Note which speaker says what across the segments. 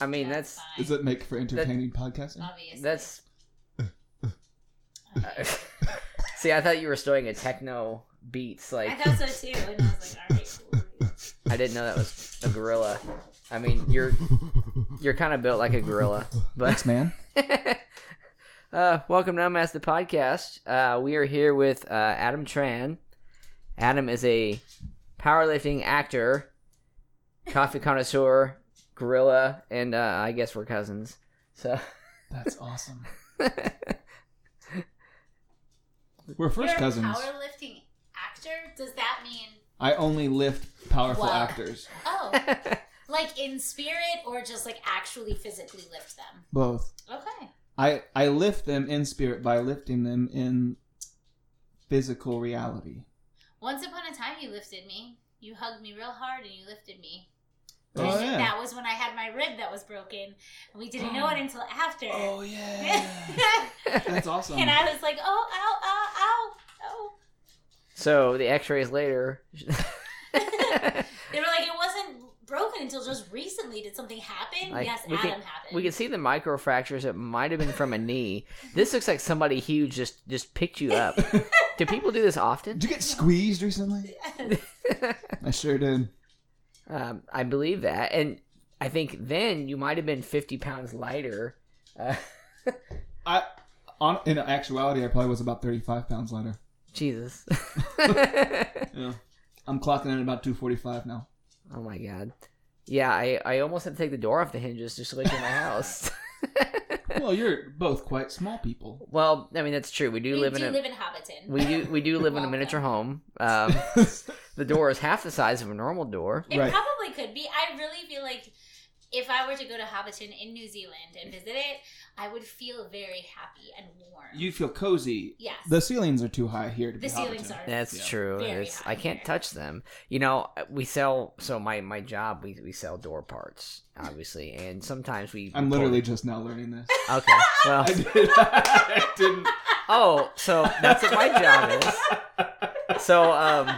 Speaker 1: I mean,
Speaker 2: That's
Speaker 1: that's
Speaker 2: fine.
Speaker 3: Does it make for entertaining podcasting?
Speaker 2: Obviously.
Speaker 1: that's. uh, See, I thought you were starting a techno beats. Like
Speaker 2: I thought so too, and I was like, all right, cool.
Speaker 1: I didn't know that was a gorilla. I mean, you're you're kind of built like a gorilla, but
Speaker 3: Thanks, man.
Speaker 1: uh, welcome to Unmasked the podcast. Uh, we are here with uh, Adam Tran. Adam is a powerlifting actor, coffee connoisseur, gorilla, and uh, I guess we're cousins. So
Speaker 3: That's awesome. We're 1st
Speaker 2: You're
Speaker 3: cousins.
Speaker 2: A powerlifting actor? Does that mean
Speaker 3: I only lift powerful
Speaker 2: Wow.
Speaker 3: actors.
Speaker 2: oh, like in spirit or just like actually physically lift them?
Speaker 3: Both.
Speaker 2: Okay.
Speaker 3: I I lift them in spirit by lifting them in physical reality.
Speaker 2: Once upon a time, you lifted me. You hugged me real hard and you lifted me.
Speaker 3: Oh,
Speaker 2: And
Speaker 3: yeah.
Speaker 2: That was when I had my rib that was broken. and We didn't know it until after.
Speaker 3: Oh yeah. That's awesome.
Speaker 2: and I was like, oh, ow, ow, ow, ow.
Speaker 1: So the X-rays later.
Speaker 2: They were like, it wasn't broken until just recently. Did something happen?
Speaker 1: Like,
Speaker 2: yes,
Speaker 1: we
Speaker 2: Adam
Speaker 1: can-
Speaker 2: happened.
Speaker 1: we can see the microfractures. It might have been from a knee. This looks like somebody huge just just picked you up. do people do this often?
Speaker 3: Did you get squeezed recently? I sure did.
Speaker 1: Um, I believe that, and I think then you might have been fifty pounds lighter. Uh,
Speaker 3: I on in actuality I probably was about thirty five pounds lighter.
Speaker 1: Jesus.
Speaker 3: Yeah. I'm clocking in at about two forty five now.
Speaker 1: oh my God. Yeah, I, I almost had to take the door off the hinges just to look in my house.
Speaker 3: Well, you're both quite small people.
Speaker 1: well, I mean that's true. We do
Speaker 2: We
Speaker 1: live
Speaker 2: do
Speaker 1: in a
Speaker 2: live in Hobbiton.
Speaker 1: we do we do live in a
Speaker 2: Welcome.
Speaker 1: miniature home. Um, the door is half the size of a normal door.
Speaker 2: It
Speaker 3: Right.
Speaker 2: probably could be. I really feel like if I were to go to Hobbiton in New Zealand and visit it, I would feel very happy and warm.
Speaker 3: you feel cozy.
Speaker 2: yes.
Speaker 3: The ceilings are too high here to be
Speaker 2: The ceilings
Speaker 3: Hobbiton.
Speaker 2: are.
Speaker 1: That's
Speaker 3: Yeah.
Speaker 1: true.
Speaker 2: Very
Speaker 1: It's,
Speaker 2: high
Speaker 1: I can't
Speaker 2: here.
Speaker 1: touch them. You know, uh, we sell. So my my job, we we sell door parts, obviously, and sometimes we.
Speaker 3: I'm literally just now learning this.
Speaker 1: okay. Well,
Speaker 3: I, did, I didn't.
Speaker 1: oh, so that's what my job is. So um,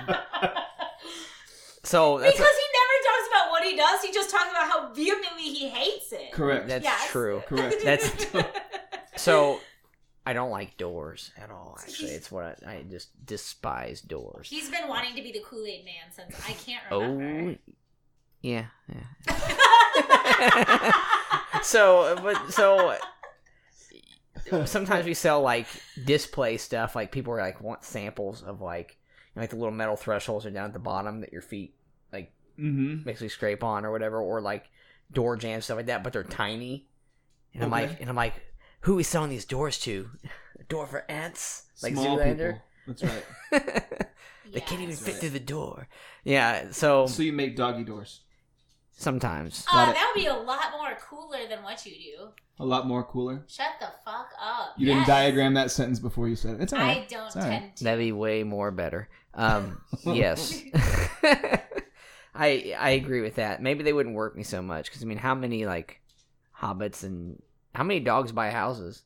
Speaker 1: so
Speaker 2: because
Speaker 1: that's
Speaker 2: he never talks about what he does. He just talks about how vehemently he hates it.
Speaker 3: Correct.
Speaker 1: that's
Speaker 2: Yes.
Speaker 1: true.
Speaker 3: Correct.
Speaker 1: That's- So I don't like doors at all. Actually, it's what I, I just despise doors.
Speaker 2: He's been wanting to be the Kool Aid Man since I can't remember.
Speaker 1: Oh, yeah, yeah. So, but so sometimes we sell like display stuff. Like people are like want samples of like you know, like the little metal thresholds are down at the bottom that your feet
Speaker 3: Mm-hmm.
Speaker 1: basically scrape on or whatever, or like door jams stuff like that. But they're tiny, and I'm
Speaker 3: Okay.
Speaker 1: like, and I'm like, who is selling these doors to? A door for ants, like
Speaker 3: Small
Speaker 1: Zoolander.
Speaker 3: people. That's right.
Speaker 1: they can't even
Speaker 2: Yes.
Speaker 1: fit
Speaker 3: Right.
Speaker 1: through the door. Yeah, so
Speaker 3: So you make doggy doors.
Speaker 1: sometimes.
Speaker 2: Uh,
Speaker 3: Got it.
Speaker 2: that would be a lot more cooler than what you do.
Speaker 3: A lot more cooler.
Speaker 2: Shut the fuck up.
Speaker 3: You
Speaker 2: Yes.
Speaker 3: didn't diagram that sentence before you said it. It's all right.
Speaker 2: I don't
Speaker 3: all right.
Speaker 2: tend to.
Speaker 1: That'd be way more better. Um, yes, I I agree with that. Maybe they wouldn't work me so much because I mean, how many like hobbits and how many dogs buy houses?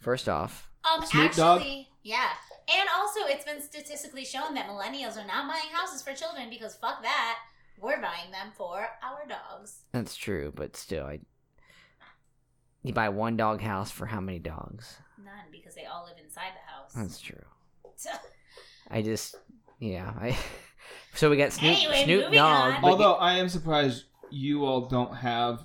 Speaker 1: First off,
Speaker 2: Um,
Speaker 3: Snoop Dogg?
Speaker 2: actually, yeah. And also, it's been statistically shown that millennials are not buying houses for children because fuck that. We're buying them for our dogs.
Speaker 1: that's true, but still, I you buy one dog house for how many dogs?
Speaker 2: None because they all live inside the house.
Speaker 1: That's true. I just yeah. I so we got Snoop
Speaker 2: Anyway,
Speaker 1: Snoop
Speaker 2: moving
Speaker 1: Dogg.
Speaker 2: on.
Speaker 1: but
Speaker 3: Although I am surprised you all don't have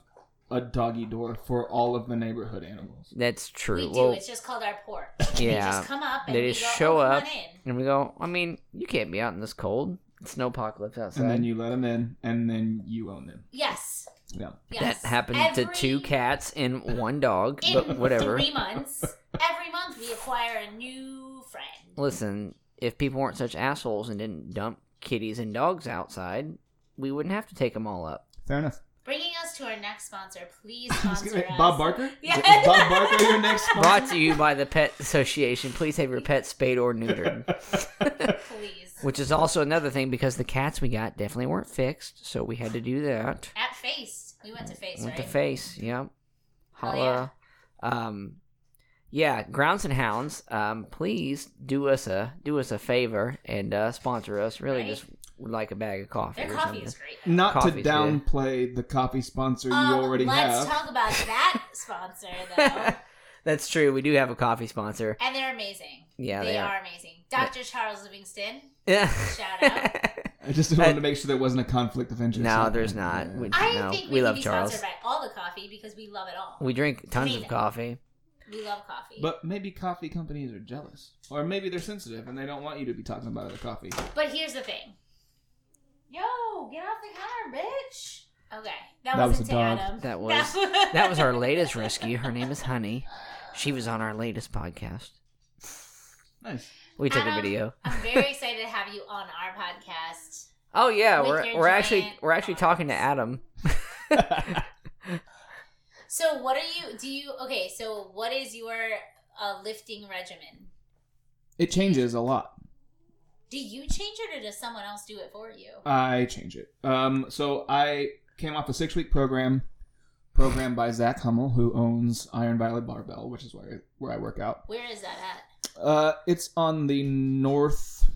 Speaker 3: a doggy door for all of the neighborhood animals.
Speaker 1: you- that's true.
Speaker 2: We do.
Speaker 1: well,
Speaker 2: it's just called our porch. They
Speaker 1: yeah.
Speaker 2: just come up and
Speaker 1: They
Speaker 2: we
Speaker 1: just
Speaker 2: go,
Speaker 1: show
Speaker 2: "Oh, come
Speaker 1: up."
Speaker 2: on in."
Speaker 1: And we go, I mean, you can't be out in this cold. It's snowpocalypse outside.
Speaker 3: And then you let them in, and then you own them.
Speaker 2: Yes.
Speaker 3: Yeah.
Speaker 2: Yes.
Speaker 1: That happened to
Speaker 2: Every-
Speaker 1: two cats and one dog,
Speaker 2: in
Speaker 1: but whatever.
Speaker 2: Three months. Every month we acquire a new friend.
Speaker 1: Listen, if people weren't such assholes and didn't dump kitties and dogs outside, we wouldn't have to take them all up.
Speaker 3: Fair enough.
Speaker 2: Bringing us to our next sponsor. Please
Speaker 3: Just
Speaker 2: sponsor
Speaker 3: give me-
Speaker 2: us.
Speaker 3: Bob Barker?
Speaker 2: Yeah.
Speaker 3: Is Bob Barker your next sponsor?
Speaker 1: Brought to you by the Pet Association. Please have your pet spayed or neutered.
Speaker 2: Please.
Speaker 1: Which is also another thing because the cats we got definitely weren't fixed, so we had to do that.
Speaker 2: At face. We went to face,
Speaker 1: With
Speaker 2: right?
Speaker 1: the face, yep.
Speaker 2: Oh,
Speaker 1: Holla. Um yeah, Grounds and Hounds, um, please do us a do us a favor and uh, sponsor us. Really
Speaker 2: Right.
Speaker 1: just would like a bag of coffee.
Speaker 2: Their
Speaker 1: or
Speaker 2: coffee
Speaker 1: something.
Speaker 2: is great.
Speaker 3: Not
Speaker 1: Coffee's
Speaker 3: to
Speaker 1: good.
Speaker 3: downplay the coffee sponsor you
Speaker 2: Um,
Speaker 3: already
Speaker 2: let's
Speaker 3: have.
Speaker 2: talk about that sponsor though.
Speaker 1: That's true. We do have a coffee sponsor.
Speaker 2: And they're amazing.
Speaker 1: Yeah,
Speaker 2: they,
Speaker 1: they
Speaker 2: are.
Speaker 1: are.
Speaker 2: amazing. Dr. Charles Livingston.
Speaker 1: Yeah.
Speaker 2: Shout out.
Speaker 3: I just wanted to make sure there wasn't a conflict of interest.
Speaker 1: Uh, no, there's not. We,
Speaker 2: I
Speaker 1: no,
Speaker 2: think we,
Speaker 1: we
Speaker 2: could
Speaker 1: love
Speaker 2: be
Speaker 1: Charles.
Speaker 2: sponsored by all the coffee because we love it all.
Speaker 1: We drink tons
Speaker 2: Clean
Speaker 1: of
Speaker 2: it.
Speaker 1: coffee.
Speaker 2: We love coffee. But,
Speaker 3: But maybe coffee companies are jealous, or maybe they're sensitive and they don't want you to be talking about other coffee.
Speaker 2: here's the thing. Yo, get off the counter, bitch. Okay, that,
Speaker 3: That was
Speaker 2: wasn't
Speaker 3: a dog.
Speaker 2: to Adam.
Speaker 1: That was-
Speaker 2: was,
Speaker 1: That was our latest rescue. Her name is Honey. She was on our latest podcast.
Speaker 3: Nice.
Speaker 1: We took a
Speaker 2: Adam.
Speaker 1: video.
Speaker 2: I'm very excited to have you on our podcast.
Speaker 1: Oh yeah,
Speaker 2: With
Speaker 1: we're
Speaker 2: your
Speaker 1: we're actually
Speaker 2: giant
Speaker 1: we're actually talking to
Speaker 2: box.
Speaker 1: Adam.
Speaker 2: So, what are you? Do you okay? So, what is your uh, lifting regimen?
Speaker 3: It changes a lot.
Speaker 2: Do you change it, or does someone else do it for you?
Speaker 3: I change it. Um, so I came off a six week program, program by Zach Hummel, who owns Iron Valley Barbell, which is where where I work out.
Speaker 2: Where is that at?
Speaker 3: Uh, it's on the north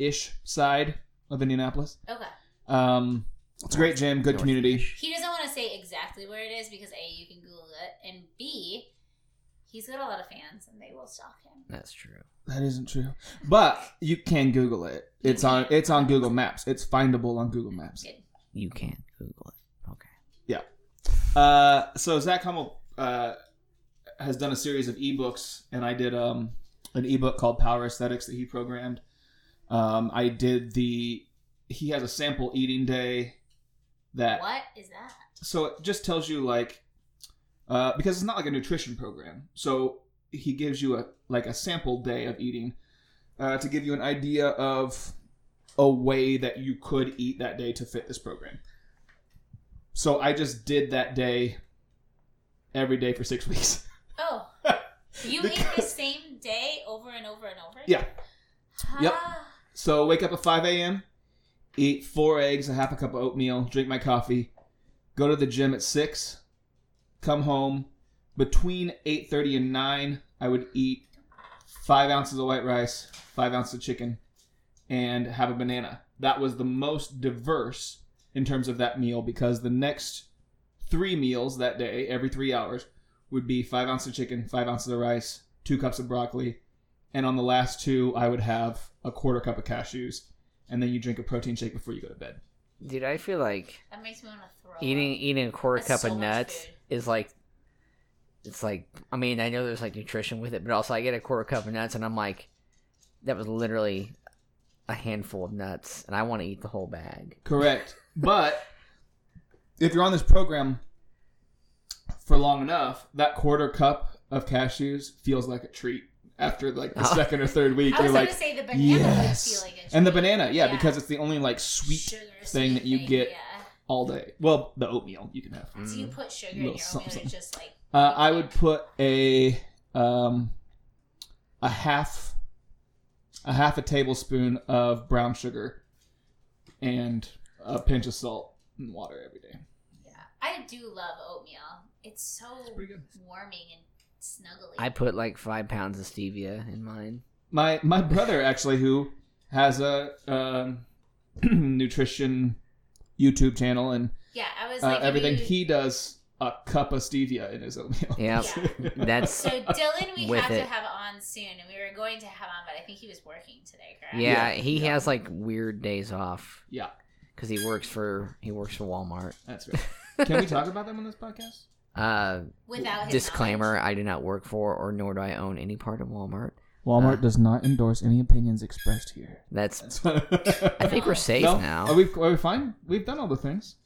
Speaker 3: ish side of Indianapolis.
Speaker 2: Okay.
Speaker 3: Um, it's a great gym, good community.
Speaker 2: He doesn't want to say exactly where it is because A, you can Google it, and B, he's got a lot of fans and they will stalk him.
Speaker 1: That's true.
Speaker 3: That isn't true, but you can Google it. It's on it's on Google Maps. It's findable on Google Maps.
Speaker 2: Good.
Speaker 1: You can't Google it. Okay.
Speaker 3: Uh, so Zach Hummel uh, has done a series of ebooks, and I did um, an ebook called Power Aesthetics that he programmed. Um, I did the he has a sample eating day that
Speaker 2: What is that?
Speaker 3: so it just tells you like uh, because it's not like a nutrition program so he gives you a like a sample day of eating uh, to give you an idea of a way that you could eat that day to fit this program so i just did that day every day for six weeks
Speaker 2: Oh, you eat the
Speaker 3: Because-
Speaker 2: same day over and over and over?
Speaker 3: Yeah. Yep.
Speaker 2: Ah,
Speaker 3: so wake up at 5 a.m eat four eggs a half a cup of oatmeal drink my coffee go to the gym at 6 come home between 8.30 and 9 i would eat five ounces of white rice five ounces of chicken and have a banana that was the most diverse in terms of that meal because the next three meals that day every three hours would be five ounces of chicken five ounces of rice two cups of broccoli and on the last two i would have a quarter cup of cashews and then you drink a protein shake before you go to bed
Speaker 1: Dude, I feel like
Speaker 2: That makes me want to throw
Speaker 1: eating
Speaker 2: up.
Speaker 1: eating a quarter
Speaker 2: That's
Speaker 1: cup
Speaker 2: so
Speaker 1: of
Speaker 2: much
Speaker 1: nuts
Speaker 2: food.
Speaker 1: is like it's like I mean I know there's like nutrition with it, but also I get a quarter cup of nuts and I'm like that was literally a handful of nuts and I want to eat the whole bag.
Speaker 3: Correct. But if you're on this program for long enough, that quarter cup of cashews feels like a treat after like the
Speaker 1: Oh.
Speaker 3: second or third week.
Speaker 2: I was
Speaker 3: You're
Speaker 2: going
Speaker 3: like,
Speaker 2: to say the banana
Speaker 3: yes.
Speaker 2: would feel like a
Speaker 3: And the
Speaker 2: treat.
Speaker 3: banana, yeah,
Speaker 2: Yeah.
Speaker 3: because it's the only like sweet
Speaker 2: Sugar
Speaker 3: thing that you
Speaker 2: sweet
Speaker 3: get
Speaker 2: yeah.
Speaker 3: all day. Well, the oatmeal you can have.
Speaker 2: Do
Speaker 1: Mm.
Speaker 2: you put sugar in your
Speaker 3: Little
Speaker 2: oatmeal or
Speaker 3: something.
Speaker 2: just like
Speaker 3: Uh, I would put a um, a half a half a tablespoon of brown sugar and a pinch of salt and water every day.
Speaker 2: I do love oatmeal. It's so
Speaker 3: pretty good.
Speaker 2: warming and snuggly.
Speaker 1: I put like five pounds of stevia in mine.
Speaker 3: my my brother actually who has a um, nutrition YouTube channel and
Speaker 2: yeah, I was
Speaker 3: uh,
Speaker 2: like if
Speaker 3: everything.
Speaker 2: you-
Speaker 3: He does a cup of stevia in his oatmeal.
Speaker 1: Yeah, that's
Speaker 2: So Dylan, we
Speaker 1: With
Speaker 2: have to
Speaker 1: it.
Speaker 2: have on soon, and we were going to have on, but I think he was working today, correct?
Speaker 1: yeah.
Speaker 3: Yeah,
Speaker 1: He
Speaker 3: yeah.
Speaker 1: has like weird days off
Speaker 3: yeah,
Speaker 1: because he works for he works for Walmart.
Speaker 3: that's right. Can we talk about them on this podcast?
Speaker 1: Uh,
Speaker 2: Without his
Speaker 1: disclaimer: I do not work for or nor do I own any part of Walmart.
Speaker 3: Walmart
Speaker 1: Uh.
Speaker 3: does not endorse any opinions expressed here.
Speaker 1: That's I
Speaker 3: I
Speaker 1: think we're safe
Speaker 3: no?
Speaker 1: now.
Speaker 3: Are we, are we fine? We've done all the things.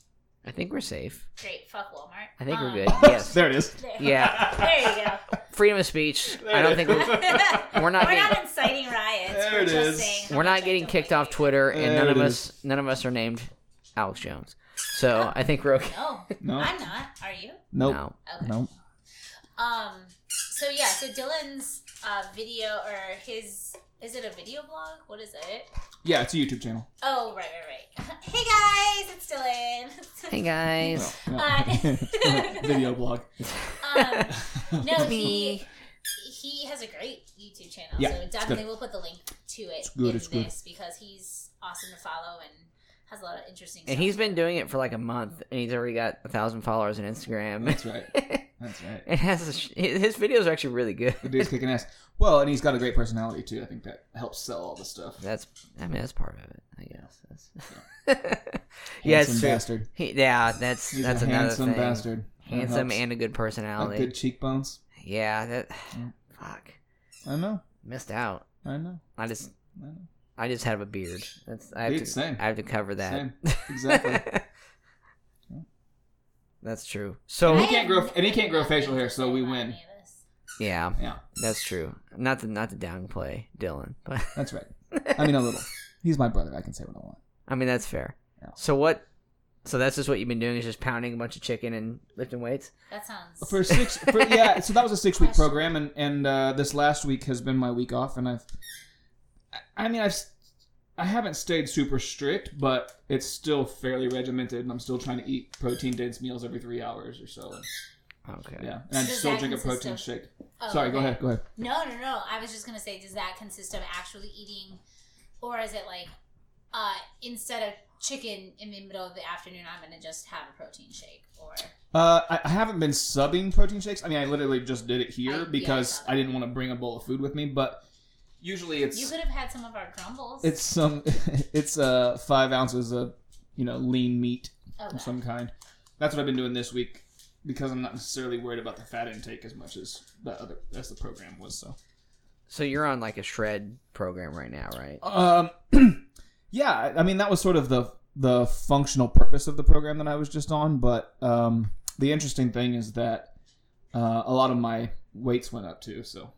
Speaker 1: I think we're safe.
Speaker 2: knowledge. Great. Fuck Walmart.
Speaker 1: I think
Speaker 3: Ah.
Speaker 2: Um,
Speaker 1: we're good. Yes.
Speaker 3: there it is.
Speaker 2: There.
Speaker 1: Yeah.
Speaker 2: There you go.
Speaker 1: Freedom of speech. I don't think
Speaker 2: we're
Speaker 1: we're,
Speaker 2: not,
Speaker 1: We're not getting-
Speaker 2: inciting riots.
Speaker 3: There
Speaker 2: we're
Speaker 3: it
Speaker 2: just
Speaker 3: is.
Speaker 2: saying how
Speaker 1: we're
Speaker 2: much
Speaker 1: not
Speaker 2: I
Speaker 1: getting
Speaker 2: don't
Speaker 1: kicked
Speaker 2: like
Speaker 1: off
Speaker 2: you.
Speaker 1: Twitter, and
Speaker 3: There
Speaker 1: none of
Speaker 3: it
Speaker 1: us none of us are named Alex Jones. So I think we're okay.
Speaker 2: No,
Speaker 3: No.
Speaker 2: I'm not. Are you?
Speaker 3: Nope.
Speaker 1: now.
Speaker 2: Okay.
Speaker 3: Nope.
Speaker 2: Um. So yeah. So Dylan's uh, video or his is it a video blog? What is it?
Speaker 3: Yeah, it's a YouTube channel.
Speaker 2: Oh right, right, right. hey guys, it's Dylan.
Speaker 1: Hey guys,
Speaker 3: Well, no.
Speaker 2: Hi.
Speaker 3: Video blog.
Speaker 2: um, no,
Speaker 1: It's
Speaker 2: he
Speaker 1: me.
Speaker 2: he has a great YouTube channel.
Speaker 3: Yeah,
Speaker 2: so
Speaker 3: it's
Speaker 2: definitely we'll put the link to it
Speaker 3: good,
Speaker 2: in
Speaker 3: it's good.
Speaker 2: this because he's awesome to follow and has a lot of interesting.
Speaker 1: And
Speaker 2: stuff.
Speaker 1: he's been doing it for like a month, and he's already got a thousand followers on Instagram.
Speaker 3: That's right. That's right.
Speaker 1: it has a sh- his videos are actually really good.
Speaker 3: The dude's kicking ass. Well, and he's got a great personality too. I think that helps sell all the stuff.
Speaker 1: That's I mean that's part of it, I guess. That's- yeah, it's
Speaker 3: Handsome
Speaker 1: true.
Speaker 3: bastard.
Speaker 1: He, yeah, that's
Speaker 3: He's
Speaker 1: that's
Speaker 3: a
Speaker 1: another
Speaker 3: handsome
Speaker 1: thing.
Speaker 3: bastard. That
Speaker 1: Handsome
Speaker 3: helps.
Speaker 1: and a good
Speaker 3: Got
Speaker 1: personality.
Speaker 3: good cheekbones.
Speaker 1: Yeah, that
Speaker 3: Mm.
Speaker 1: fuck
Speaker 3: I know.
Speaker 1: missed out.
Speaker 3: I know.
Speaker 1: I just
Speaker 3: I know.
Speaker 1: I just have a beard. That's I have
Speaker 3: Dude,
Speaker 1: to
Speaker 3: same.
Speaker 1: I have to cover that.
Speaker 3: Same. Exactly.
Speaker 1: that's true.
Speaker 3: And he
Speaker 1: So
Speaker 2: I
Speaker 3: can't grow-
Speaker 2: have
Speaker 3: and he can't grow
Speaker 2: nothing
Speaker 3: facial hair,
Speaker 2: to
Speaker 3: so
Speaker 2: say
Speaker 3: we
Speaker 2: about
Speaker 3: win.
Speaker 2: any of this.
Speaker 1: yeah,
Speaker 3: Yeah,
Speaker 1: that's true. Not to not to downplay Dylan, but
Speaker 3: that's right. I mean, a little. He's my brother. I can say what I want.
Speaker 1: I mean that's fair.
Speaker 3: Yeah.
Speaker 1: So what? So that's just what you've been doing is just pounding a bunch of chicken and lifting weights.
Speaker 2: That sounds.
Speaker 3: For six, for, yeah. So that was a six-week program, and and uh, this last week has been my week off, and I've. I- I mean, I've. s- I haven't stayed super strict, but it's still fairly regimented, and I'm still trying to eat protein-dense meals every three hours or so. and-
Speaker 1: Okay.
Speaker 3: yeah, and I
Speaker 2: Does
Speaker 3: still
Speaker 2: that
Speaker 3: drink a
Speaker 2: consist
Speaker 3: protein
Speaker 2: of-
Speaker 3: shake.
Speaker 2: Oh,
Speaker 3: Sorry, go
Speaker 2: okay.
Speaker 3: ahead. Go ahead.
Speaker 2: No, no, no. I was just gonna say, does that consist of actually eating, or is it like, uh, instead of chicken in the middle of the afternoon, I'm gonna just have a protein shake? Or
Speaker 3: Uh, I, I haven't been subbing protein shakes. I mean, I literally just did it
Speaker 2: I-
Speaker 3: here
Speaker 2: yeah, I
Speaker 3: because
Speaker 2: saw that.
Speaker 3: I didn't want to bring a bowl of food with me. But usually it's
Speaker 2: you could have had some of our crumbles.
Speaker 3: it's some it's uh five ounces of you know lean meat
Speaker 2: okay.
Speaker 3: of some kind. That's what I've been doing this week because I'm not necessarily worried about the fat intake as much as the other as the program was. So
Speaker 1: So you're on like a shred program right now, right?
Speaker 3: um, yeah, I- I mean that was sort of the the functional purpose of the program that I was just on. But um, the interesting thing is that uh, a lot of my weights went up too. So.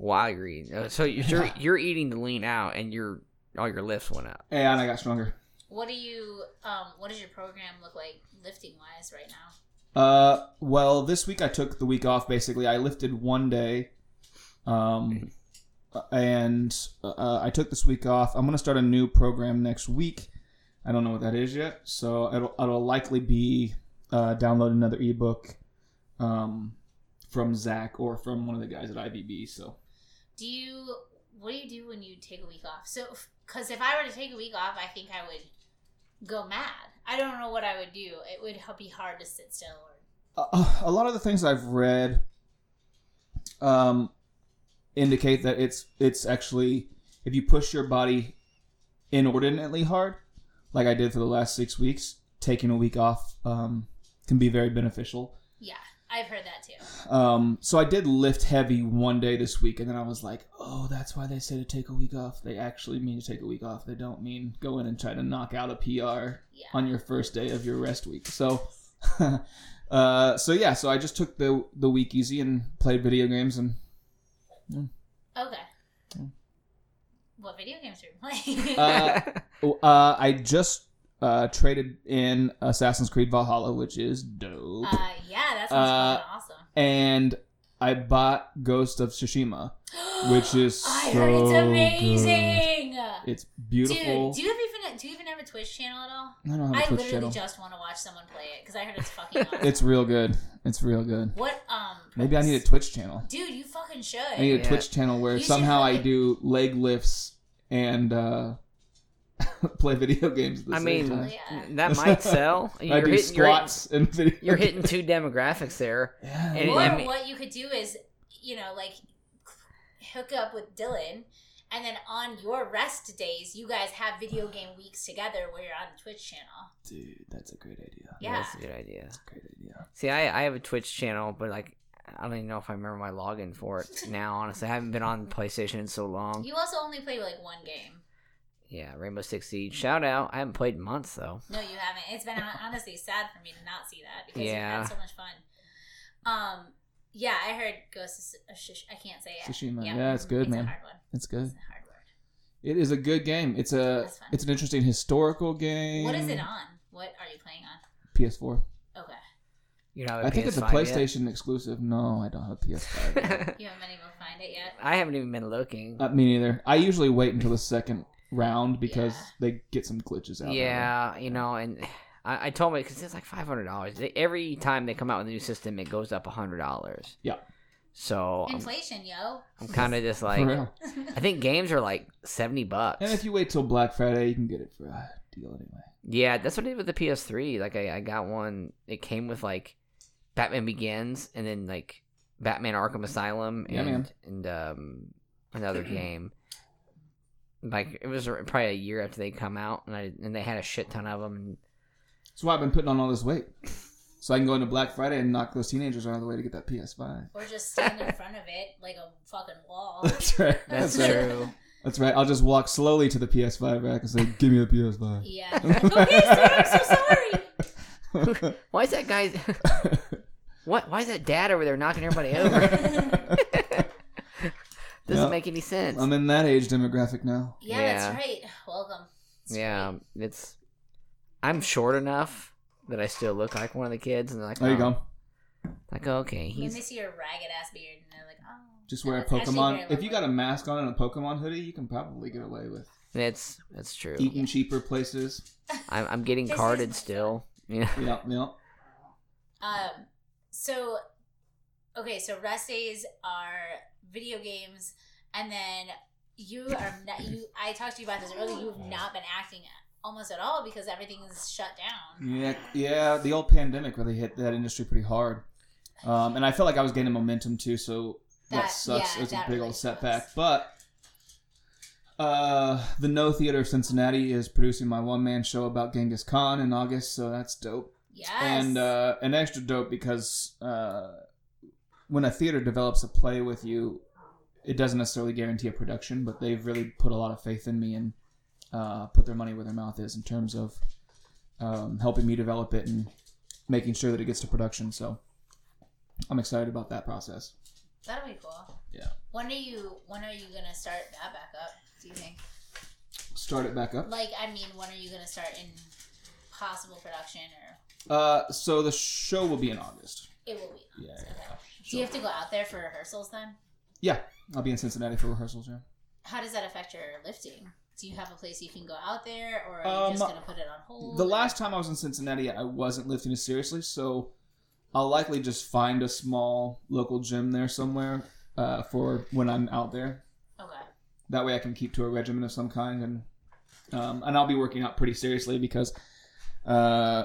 Speaker 1: While you're eating, uh, so you're you're eating to lean out, and your all your lifts went up.
Speaker 3: And I got stronger.
Speaker 2: What do you um? What does your program look like lifting wise right now?
Speaker 3: Uh, well, this week I took the week off. Basically, I lifted one day, um, and uh, I took this week off. I'm gonna start a new program next week. I don't know what that is yet, so it'll, it'll likely be uh, download another ebook um, from Zach or from one of the guys at IBB. So
Speaker 2: Do you what do you do when you take a week off? So, because if I were to take a week off, I think I would go mad. I don't know what I would do. It would be hard to sit still. Or
Speaker 3: uh, a lot of the things I've read um, indicate that it's it's actually if you push your body inordinately hard, like I did for the last six weeks, taking a week off um, can be very beneficial.
Speaker 2: yeah, I've heard that too.
Speaker 3: Um, so I did lift heavy one day this week, and then I was like, "Oh, that's why they say to take a week off. They actually mean to take a week off. They don't mean go in and try to knock out a PR
Speaker 2: Yeah.
Speaker 3: on your first day of your rest week. So, uh, so yeah, so I just took the the week easy and played video games and
Speaker 2: Okay. What video games are you playing?
Speaker 3: Hmm. uh, uh, I just uh, traded in Assassin's Creed Valhalla, which is dope,
Speaker 2: Uh, yeah, that sounds
Speaker 3: uh,
Speaker 2: fucking
Speaker 3: and I bought Ghost of Tsushima.
Speaker 2: awesome.
Speaker 3: which is
Speaker 2: I heard it's
Speaker 3: so
Speaker 2: amazing.
Speaker 3: It's beautiful.
Speaker 2: Dude, do you have even do you even have a Twitch channel at all?
Speaker 3: I don't have
Speaker 2: I
Speaker 3: a Twitch
Speaker 2: literally
Speaker 3: channel.
Speaker 2: just want to watch someone play it because I heard it's fucking awesome.
Speaker 3: It's real good. It's real good.
Speaker 2: what um?
Speaker 3: Maybe I need a
Speaker 2: purpose?
Speaker 3: Twitch channel.
Speaker 2: Dude, you fucking should.
Speaker 3: I need a
Speaker 1: Yeah.
Speaker 3: Twitch channel where
Speaker 2: You should
Speaker 3: somehow I
Speaker 2: have it.
Speaker 3: do leg lifts and uh, play video games. At the
Speaker 1: I
Speaker 3: same
Speaker 1: mean,
Speaker 3: time.
Speaker 2: Yeah.
Speaker 1: that might sell.
Speaker 3: I
Speaker 1: You're
Speaker 3: do
Speaker 1: hitting, you're hitting-
Speaker 3: squats and video.
Speaker 1: you're hitting two demographics there.
Speaker 3: Yeah,
Speaker 1: And-
Speaker 2: Or
Speaker 1: I mean-
Speaker 2: what you could do is, you know, like hook up with Dylan, and then on your rest days, you guys have video game weeks together where you're on the Twitch channel.
Speaker 3: dude, that's a great idea.
Speaker 2: Yeah.
Speaker 1: that's a good idea.
Speaker 3: That's a great idea.
Speaker 1: See, I I have a Twitch channel, but like I don't even know if I remember my login for it now. Honestly, I haven't been on PlayStation in so long.
Speaker 2: You also only play like one game.
Speaker 1: Yeah, Rainbow Six Siege. Shout out. I haven't played in months though.
Speaker 2: No, you haven't. It's been hon- honestly sad for me to not see that because
Speaker 1: Yeah.
Speaker 2: you've had so much fun. Um, yeah, I heard Ghost of Tsush- I can't say it.
Speaker 3: Tsushima. Yeah, it's good,
Speaker 2: it's
Speaker 3: man.
Speaker 2: A hard one.
Speaker 3: That's
Speaker 2: It's
Speaker 3: good.
Speaker 2: a hard word.
Speaker 3: It is a good game. It's a
Speaker 2: That's fun.
Speaker 3: it's an interesting historical game.
Speaker 2: What is it on? What are you playing on?
Speaker 3: PS4.
Speaker 2: Okay,
Speaker 1: You know,
Speaker 3: I think it's a PlayStation exclusive. No, I don't have PS5.
Speaker 2: you haven't been able to find it yet.
Speaker 1: I haven't even been looking.
Speaker 3: Uh, me neither. I usually wait until the second round because
Speaker 2: Yeah.
Speaker 3: they get some glitches out. that way.
Speaker 1: yeah, you know, and I, I told my because it's like five hundred dollars. Every time they come out with a new system, it goes up hundred dollars.
Speaker 3: Yeah.
Speaker 1: So I'm,
Speaker 2: Inflation, yo.
Speaker 1: I'm kind of just
Speaker 3: for
Speaker 1: like,
Speaker 3: real.
Speaker 1: I think games are like seventy bucks.
Speaker 3: And if you wait till Black Friday, you can get it for a deal anyway.
Speaker 1: Yeah, that's what I did with the PS3. Like I, I got one. It came with like Batman Begins and then like Batman Arkham Asylum
Speaker 3: Yeah,
Speaker 1: and
Speaker 3: man.
Speaker 1: and um another game. Like it was probably a year after they come out, and I and they had a shit ton of them. And
Speaker 3: That's why I've been putting on all this weight. So I can go into Black Friday and knock those teenagers out of the way to get that PS5.
Speaker 2: Or just stand in front of it like a fucking wall.
Speaker 3: That's right.
Speaker 1: that's
Speaker 3: right.
Speaker 1: true.
Speaker 3: That's right. I'll just walk slowly to the PS5 rack and say, "Give me the PS5."
Speaker 2: Yeah. Like, okay, sir, I'm so sorry.
Speaker 1: Why is that guy? what? Why is that dad over there knocking everybody over? Doesn't
Speaker 3: Yeah.
Speaker 1: make any sense.
Speaker 3: I'm in that age demographic now.
Speaker 2: Yeah,
Speaker 1: Yeah.
Speaker 2: that's right. Welcome. It's
Speaker 1: yeah,
Speaker 2: great.
Speaker 1: it's. I'm short enough that I still look like one of the kids, and they're like,
Speaker 3: There you
Speaker 1: "Oh."
Speaker 3: go.
Speaker 1: Like, okay,
Speaker 2: When they
Speaker 1: he's
Speaker 2: see your ragged ass beard and they're like, oh.
Speaker 3: Just wear a
Speaker 2: that's actually
Speaker 3: Pokemon.
Speaker 2: very
Speaker 3: If you got a mask on and a Pokemon hoodie, you can probably get away with
Speaker 1: it's that's true.
Speaker 3: eating cheaper places.
Speaker 1: I'm, I'm getting
Speaker 2: This is
Speaker 1: carded
Speaker 2: my
Speaker 1: still. Yeah,
Speaker 3: Yeah, yeah.
Speaker 2: Um, so, okay, so rest days are video games, and then you are not, you. I talked to you about this earlier. You have not been acting almost at all because everything is shut down.
Speaker 3: Yeah, yeah. The old pandemic really hit that industry pretty hard, um, and I felt like I was gaining momentum too. So that,
Speaker 2: That-
Speaker 3: sucks.
Speaker 2: yeah,
Speaker 3: it's
Speaker 2: that
Speaker 3: a big
Speaker 2: really
Speaker 3: old
Speaker 2: sucks.
Speaker 3: setback. But uh, the No Theater of Cincinnati is producing my one man show about Genghis Khan in August, so that's dope.
Speaker 2: Yes.
Speaker 3: And uh, an extra dope because uh, when a theater develops a play with you, it doesn't necessarily guarantee a production, but they've really put a lot of faith in me and uh, put their money where their mouth is in terms of um, helping me develop it and making sure that it gets to production. So I'm excited about that process.
Speaker 2: That'll be cool.
Speaker 3: Yeah.
Speaker 2: When are you? When are you gonna start that back up? Do you think?
Speaker 3: Start it back up.
Speaker 2: Like, I mean, when are you gonna start in possible production or
Speaker 3: Uh, so the show will be in August.
Speaker 2: it will be?
Speaker 3: Yeah,
Speaker 2: Okay. Do you have to go out there for rehearsals then?
Speaker 3: I'll be in Cincinnati for rehearsals. Yeah.
Speaker 2: How does that affect your lifting? Do you have a place you can go out there, or are you
Speaker 3: Um,
Speaker 2: just gonna put it on hold?
Speaker 3: The last time I was in Cincinnati, I wasn't lifting it seriously, so I'll likely just find a small local gym there somewhere uh, for when I'm out there.
Speaker 2: Okay.
Speaker 3: That way, I can keep to a regimen of some kind, and um, and I'll be working out pretty seriously because, uh,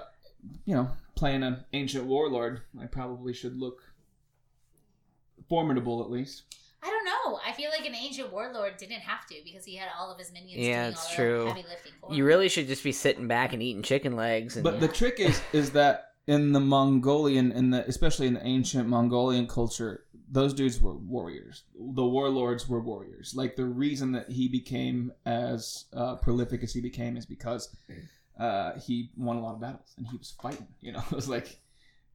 Speaker 3: you know, playing an ancient warlord, I probably should look formidable at least.
Speaker 2: I don't know. I feel like an ancient warlord didn't have to because he had all of his minions
Speaker 1: Yeah,
Speaker 2: doing
Speaker 1: it's
Speaker 2: all
Speaker 1: true.
Speaker 2: the heavy lifting for
Speaker 1: you
Speaker 2: him.
Speaker 1: really should just be sitting back and eating chicken legs. And
Speaker 3: But the trick is is that in the Mongolian in the especially in the ancient Mongolian culture, those dudes were warriors. The warlords were warriors. Like the reason that he became as uh, prolific as he became is because uh, he won a lot of battles and he was fighting. You know, it was like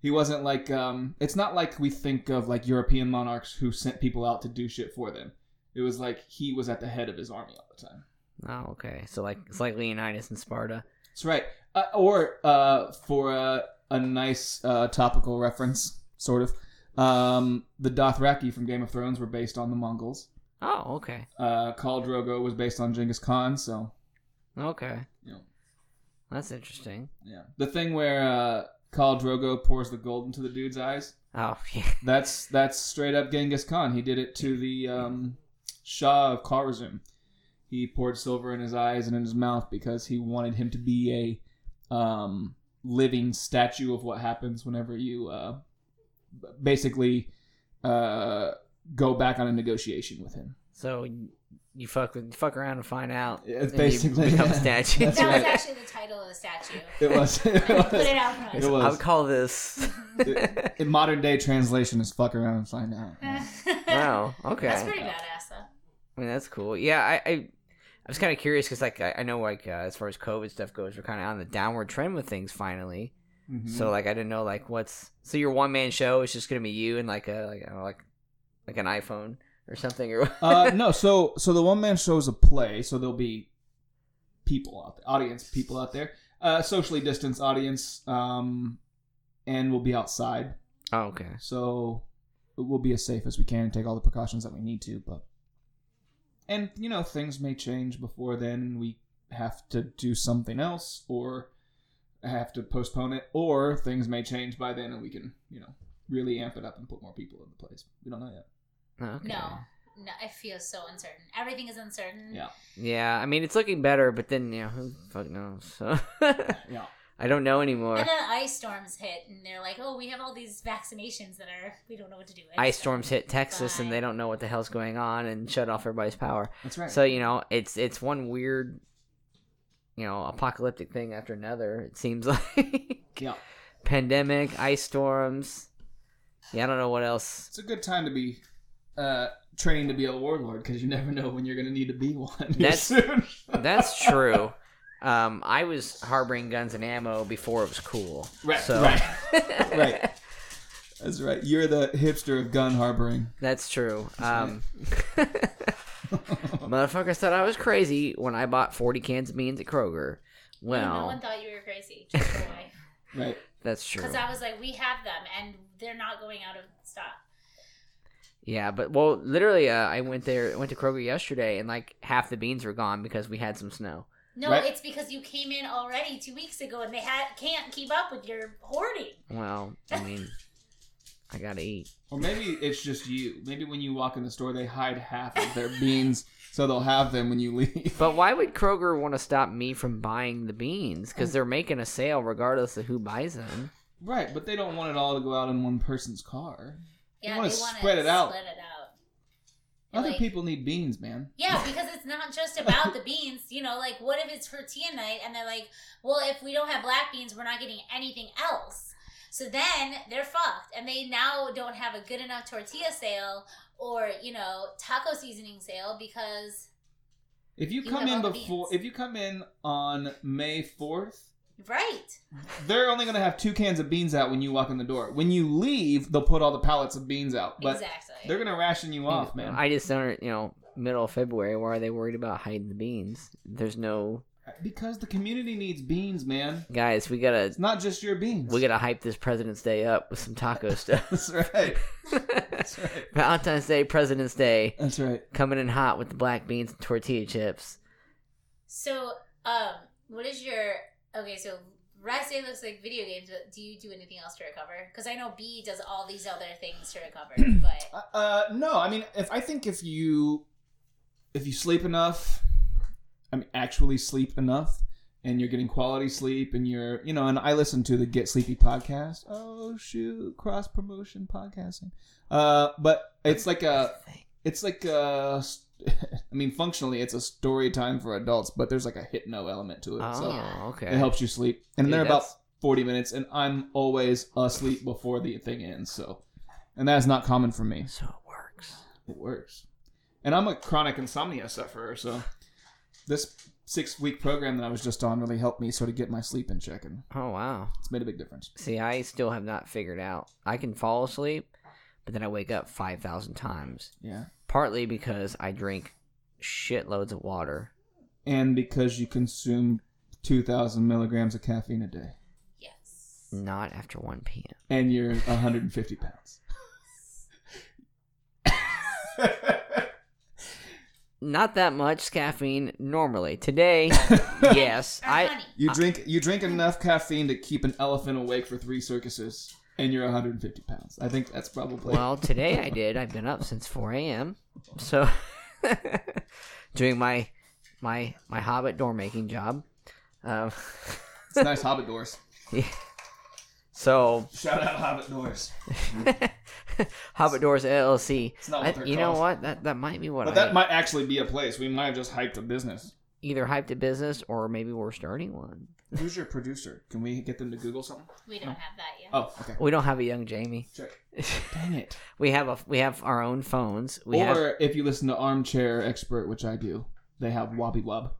Speaker 3: he wasn't like um, it's not like we think of like European monarchs who sent people out to do shit for them. It was like he was at the head of his army all the time.
Speaker 1: oh, okay. So like it's like Leonidas and Sparta.
Speaker 3: That's right. Uh, or uh, for a, a nice uh, topical reference, sort of, um, the Dothraki from Game of Thrones were based on the Mongols.
Speaker 1: Oh, okay,
Speaker 3: Uh, Khal Drogo was based on Genghis Khan. So
Speaker 1: okay.
Speaker 3: Yeah.
Speaker 1: That's interesting.
Speaker 3: yeah, the thing where uh, Khal Drogo pours the gold into the dude's eyes.
Speaker 1: Oh yeah.
Speaker 3: That's that's straight up Genghis Khan. He did it to the um, Shah of Khawarizm. He poured silver in his eyes and in his mouth because he wanted him to be a um, living statue of what happens whenever you uh, b- basically uh, go back on a negotiation with him.
Speaker 1: So you fuck with, fuck around and find out.
Speaker 3: It's
Speaker 1: and you
Speaker 3: basically-
Speaker 1: become a
Speaker 3: yeah,
Speaker 1: statue.
Speaker 3: that's
Speaker 2: that was
Speaker 3: right.
Speaker 2: actually the title of the statue.
Speaker 3: It was. It
Speaker 2: I put it
Speaker 3: was.
Speaker 2: out front.
Speaker 3: It
Speaker 1: I
Speaker 3: was.
Speaker 1: would call this.
Speaker 3: In modern day translation is fuck around and find out.
Speaker 1: wow. Okay.
Speaker 2: That's pretty badass, though.
Speaker 1: I mean, that's cool. Yeah, I, I, I was kind of curious because, like, I, I know, like, uh, as far as COVID stuff goes, we're kind of on the downward trend with things finally.
Speaker 3: Mhm.
Speaker 1: So, like, I didn't know, like, what's so your one man show is just gonna be you and like a like I don't know, like like an iPhone or something or
Speaker 3: uh, no, so so the one man show is a play, so there'll be people out there, audience people out there, uh, socially distanced audience, um, and we'll be outside,
Speaker 1: oh, okay.
Speaker 3: so we'll be as safe as we can and take all the precautions that we need to. But and you know things may change before then. We have to do something else, or have to postpone it, or things may change by then, and we can you know really amp it up and put more people in the place. We don't know yet.
Speaker 1: Oh, Okay.
Speaker 2: No. No, it feels so uncertain. Everything is uncertain.
Speaker 3: Yeah.
Speaker 1: Yeah, I mean it's looking better, but then you know who the fuck knows. So
Speaker 3: Yeah.
Speaker 1: I don't know anymore.
Speaker 2: And then ice storms hit, and they're like, "Oh, we have all these vaccinations that are we don't know what to do with."
Speaker 1: Ice
Speaker 2: So-
Speaker 1: storms hit Texas, and
Speaker 2: Bye.
Speaker 1: they don't know what the hell's going on, and shut off everybody's power.
Speaker 3: That's right.
Speaker 1: So you know, it's it's one weird, you know, apocalyptic thing after another. It seems like
Speaker 3: yeah.
Speaker 1: pandemic, ice storms. Yeah, I don't know what else.
Speaker 3: It's a good time to be uh, training to be a warlord because you never know when you're going to need to be one. here
Speaker 1: That's-
Speaker 3: soon.
Speaker 1: That's true. Um, I was harboring guns and ammo before it was cool.
Speaker 3: right.
Speaker 1: So
Speaker 3: Right. Right. That's right. You're the hipster of gun harboring.
Speaker 1: That's true. Um, motherfuckers thought I was crazy when I bought 40 cans of beans at Kroger.
Speaker 2: no
Speaker 1: Well,
Speaker 2: one thought you were crazy. Because
Speaker 3: Right.
Speaker 1: that's true.
Speaker 2: I was like, we have them, and they're not going out of stock.
Speaker 1: Yeah, but well, literally, uh, I went there, went to Kroger yesterday, and like half the beans were gone because we had some snow.
Speaker 2: No,
Speaker 3: Right.
Speaker 2: it's because you came in already two weeks ago, and they ha- can't keep up with your hoarding.
Speaker 1: Well, I mean, I gotta eat.
Speaker 3: Or maybe it's just you. Maybe when you walk in the store, they hide half of their beans so they'll have them when you leave.
Speaker 1: But why would Kroger want to stop me from buying the beans? Because they're making a sale regardless of who buys them.
Speaker 3: Right, but they don't want it all to go out in one person's car.
Speaker 2: Yeah,
Speaker 3: wanna
Speaker 2: they want to
Speaker 3: spread it out.
Speaker 2: Split it out.
Speaker 3: Other
Speaker 2: Like-
Speaker 3: people need beans, man.
Speaker 2: Yeah, because it's not just about the beans. You know, like what if it's tortilla night and they're like, well, if we don't have black beans, we're not getting anything else. So then they're fucked, and they now don't have a good enough tortilla sale or you know taco seasoning sale because
Speaker 3: If you
Speaker 2: You
Speaker 3: come
Speaker 2: have
Speaker 3: in
Speaker 2: all the
Speaker 3: before,
Speaker 2: beans.
Speaker 3: if you come in on May fourth,
Speaker 2: right,
Speaker 3: they're only going to have two cans of beans out when you walk in the door. When you leave, they'll put all the pallets of beans out. But
Speaker 2: exactly.
Speaker 3: they're going to ration you off, man.
Speaker 1: I just don't, you know, middle of February. Why are they worried about hiding the beans? There's no
Speaker 3: because the community needs beans, man.
Speaker 1: guys. We gotta
Speaker 3: It's not just your beans.
Speaker 1: we gotta hype this President's Day up with some taco stuff.
Speaker 3: That's right. That's right.
Speaker 1: Valentine's Day, President's Day,
Speaker 3: That's right.
Speaker 1: coming in hot with the black beans and tortilla chips.
Speaker 2: So, um, what is your okay? So rest day looks like video games, but do you do anything else to recover? Because I know B does all these other things to recover, but
Speaker 3: Uh, no, I mean, if I think if you if you sleep enough, I mean, actually sleep enough, and you're getting quality sleep, and you're you know, and I listen to the Get Sleepy podcast. Oh shoot, cross promotion podcasting. Uh, but it's like a it's like a I mean, functionally, it's a story time for adults, but there's like a hypno element to it, so
Speaker 1: Oh,
Speaker 3: it
Speaker 1: okay.
Speaker 3: helps you sleep. And
Speaker 1: Dude,
Speaker 3: they're about
Speaker 1: that's-
Speaker 3: 40 minutes, and I'm always asleep before the thing ends. So, and that is not common for me.
Speaker 1: So it works.
Speaker 3: It works. And I'm a chronic insomnia sufferer, so this six week program that I was just on really helped me sort of get my sleep in check, and
Speaker 1: Oh wow.
Speaker 3: it's made a big difference.
Speaker 1: See, I still have not figured out. I can fall asleep, but then I wake up five thousand times.
Speaker 3: Yeah.
Speaker 1: Partly because I drink shitloads of water.
Speaker 3: And because you consume 2,000 milligrams of caffeine a day,
Speaker 2: yes,
Speaker 1: Not after one p.m.
Speaker 3: and you're 150 pounds.
Speaker 1: Not that much caffeine normally. Today, yes,
Speaker 2: Or
Speaker 1: I.
Speaker 2: honey.
Speaker 3: You drink you drink enough caffeine to keep an elephant awake for three circuses, and you're 150 pounds. I think that's probably
Speaker 1: Well, today I did. I've been up since four a.m. So, doing my my my Hobbit door making job. Um,
Speaker 3: it's nice. Hobbit doors.
Speaker 1: so
Speaker 3: Shout out Hobbit doors.
Speaker 1: Hobbit Doors LLC.
Speaker 3: It's not
Speaker 1: I-
Speaker 3: what they're
Speaker 1: you know
Speaker 3: called.
Speaker 1: what? That that might be what
Speaker 3: But
Speaker 1: I
Speaker 3: that might actually be a place. We might have just hyped a business.
Speaker 1: either hyped a business or maybe we're starting one.
Speaker 3: Who's your producer? Can we get them to Google something?
Speaker 2: we don't have that
Speaker 1: Uh,
Speaker 2: yet.
Speaker 3: Oh, okay.
Speaker 1: We don't have a young Jamie.
Speaker 3: Check. Dang it.
Speaker 1: We have a we have our own phones. We
Speaker 3: or
Speaker 1: have
Speaker 3: if you listen to Armchair Expert, which I do, they have Wobby Wob.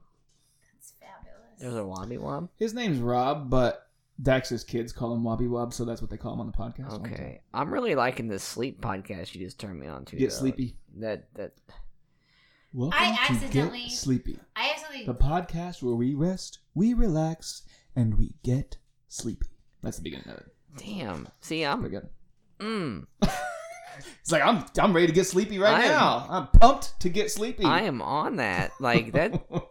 Speaker 2: It's fabulous.
Speaker 1: there's a wobby wob.
Speaker 3: His name's Rob, but Dax's kids call him Wobby Wob, so that's what they call him on the podcast.
Speaker 1: Okay, I'm really liking this sleep podcast you just turned me on to.
Speaker 3: Get
Speaker 1: though.
Speaker 3: sleepy.
Speaker 1: That that
Speaker 3: Welcome
Speaker 2: I
Speaker 3: to
Speaker 2: accidentally-
Speaker 3: Get Sleepy.
Speaker 2: I actually
Speaker 3: The podcast where we rest, we relax, and we get sleepy. That's the beginning of it.
Speaker 1: damn. See,
Speaker 3: Pretty
Speaker 1: I'm
Speaker 3: good.
Speaker 1: mm,
Speaker 3: It's like I'm I'm ready to get sleepy right
Speaker 1: I am-
Speaker 3: now. I'm pumped to get sleepy.
Speaker 1: I am on that. Like that
Speaker 3: it's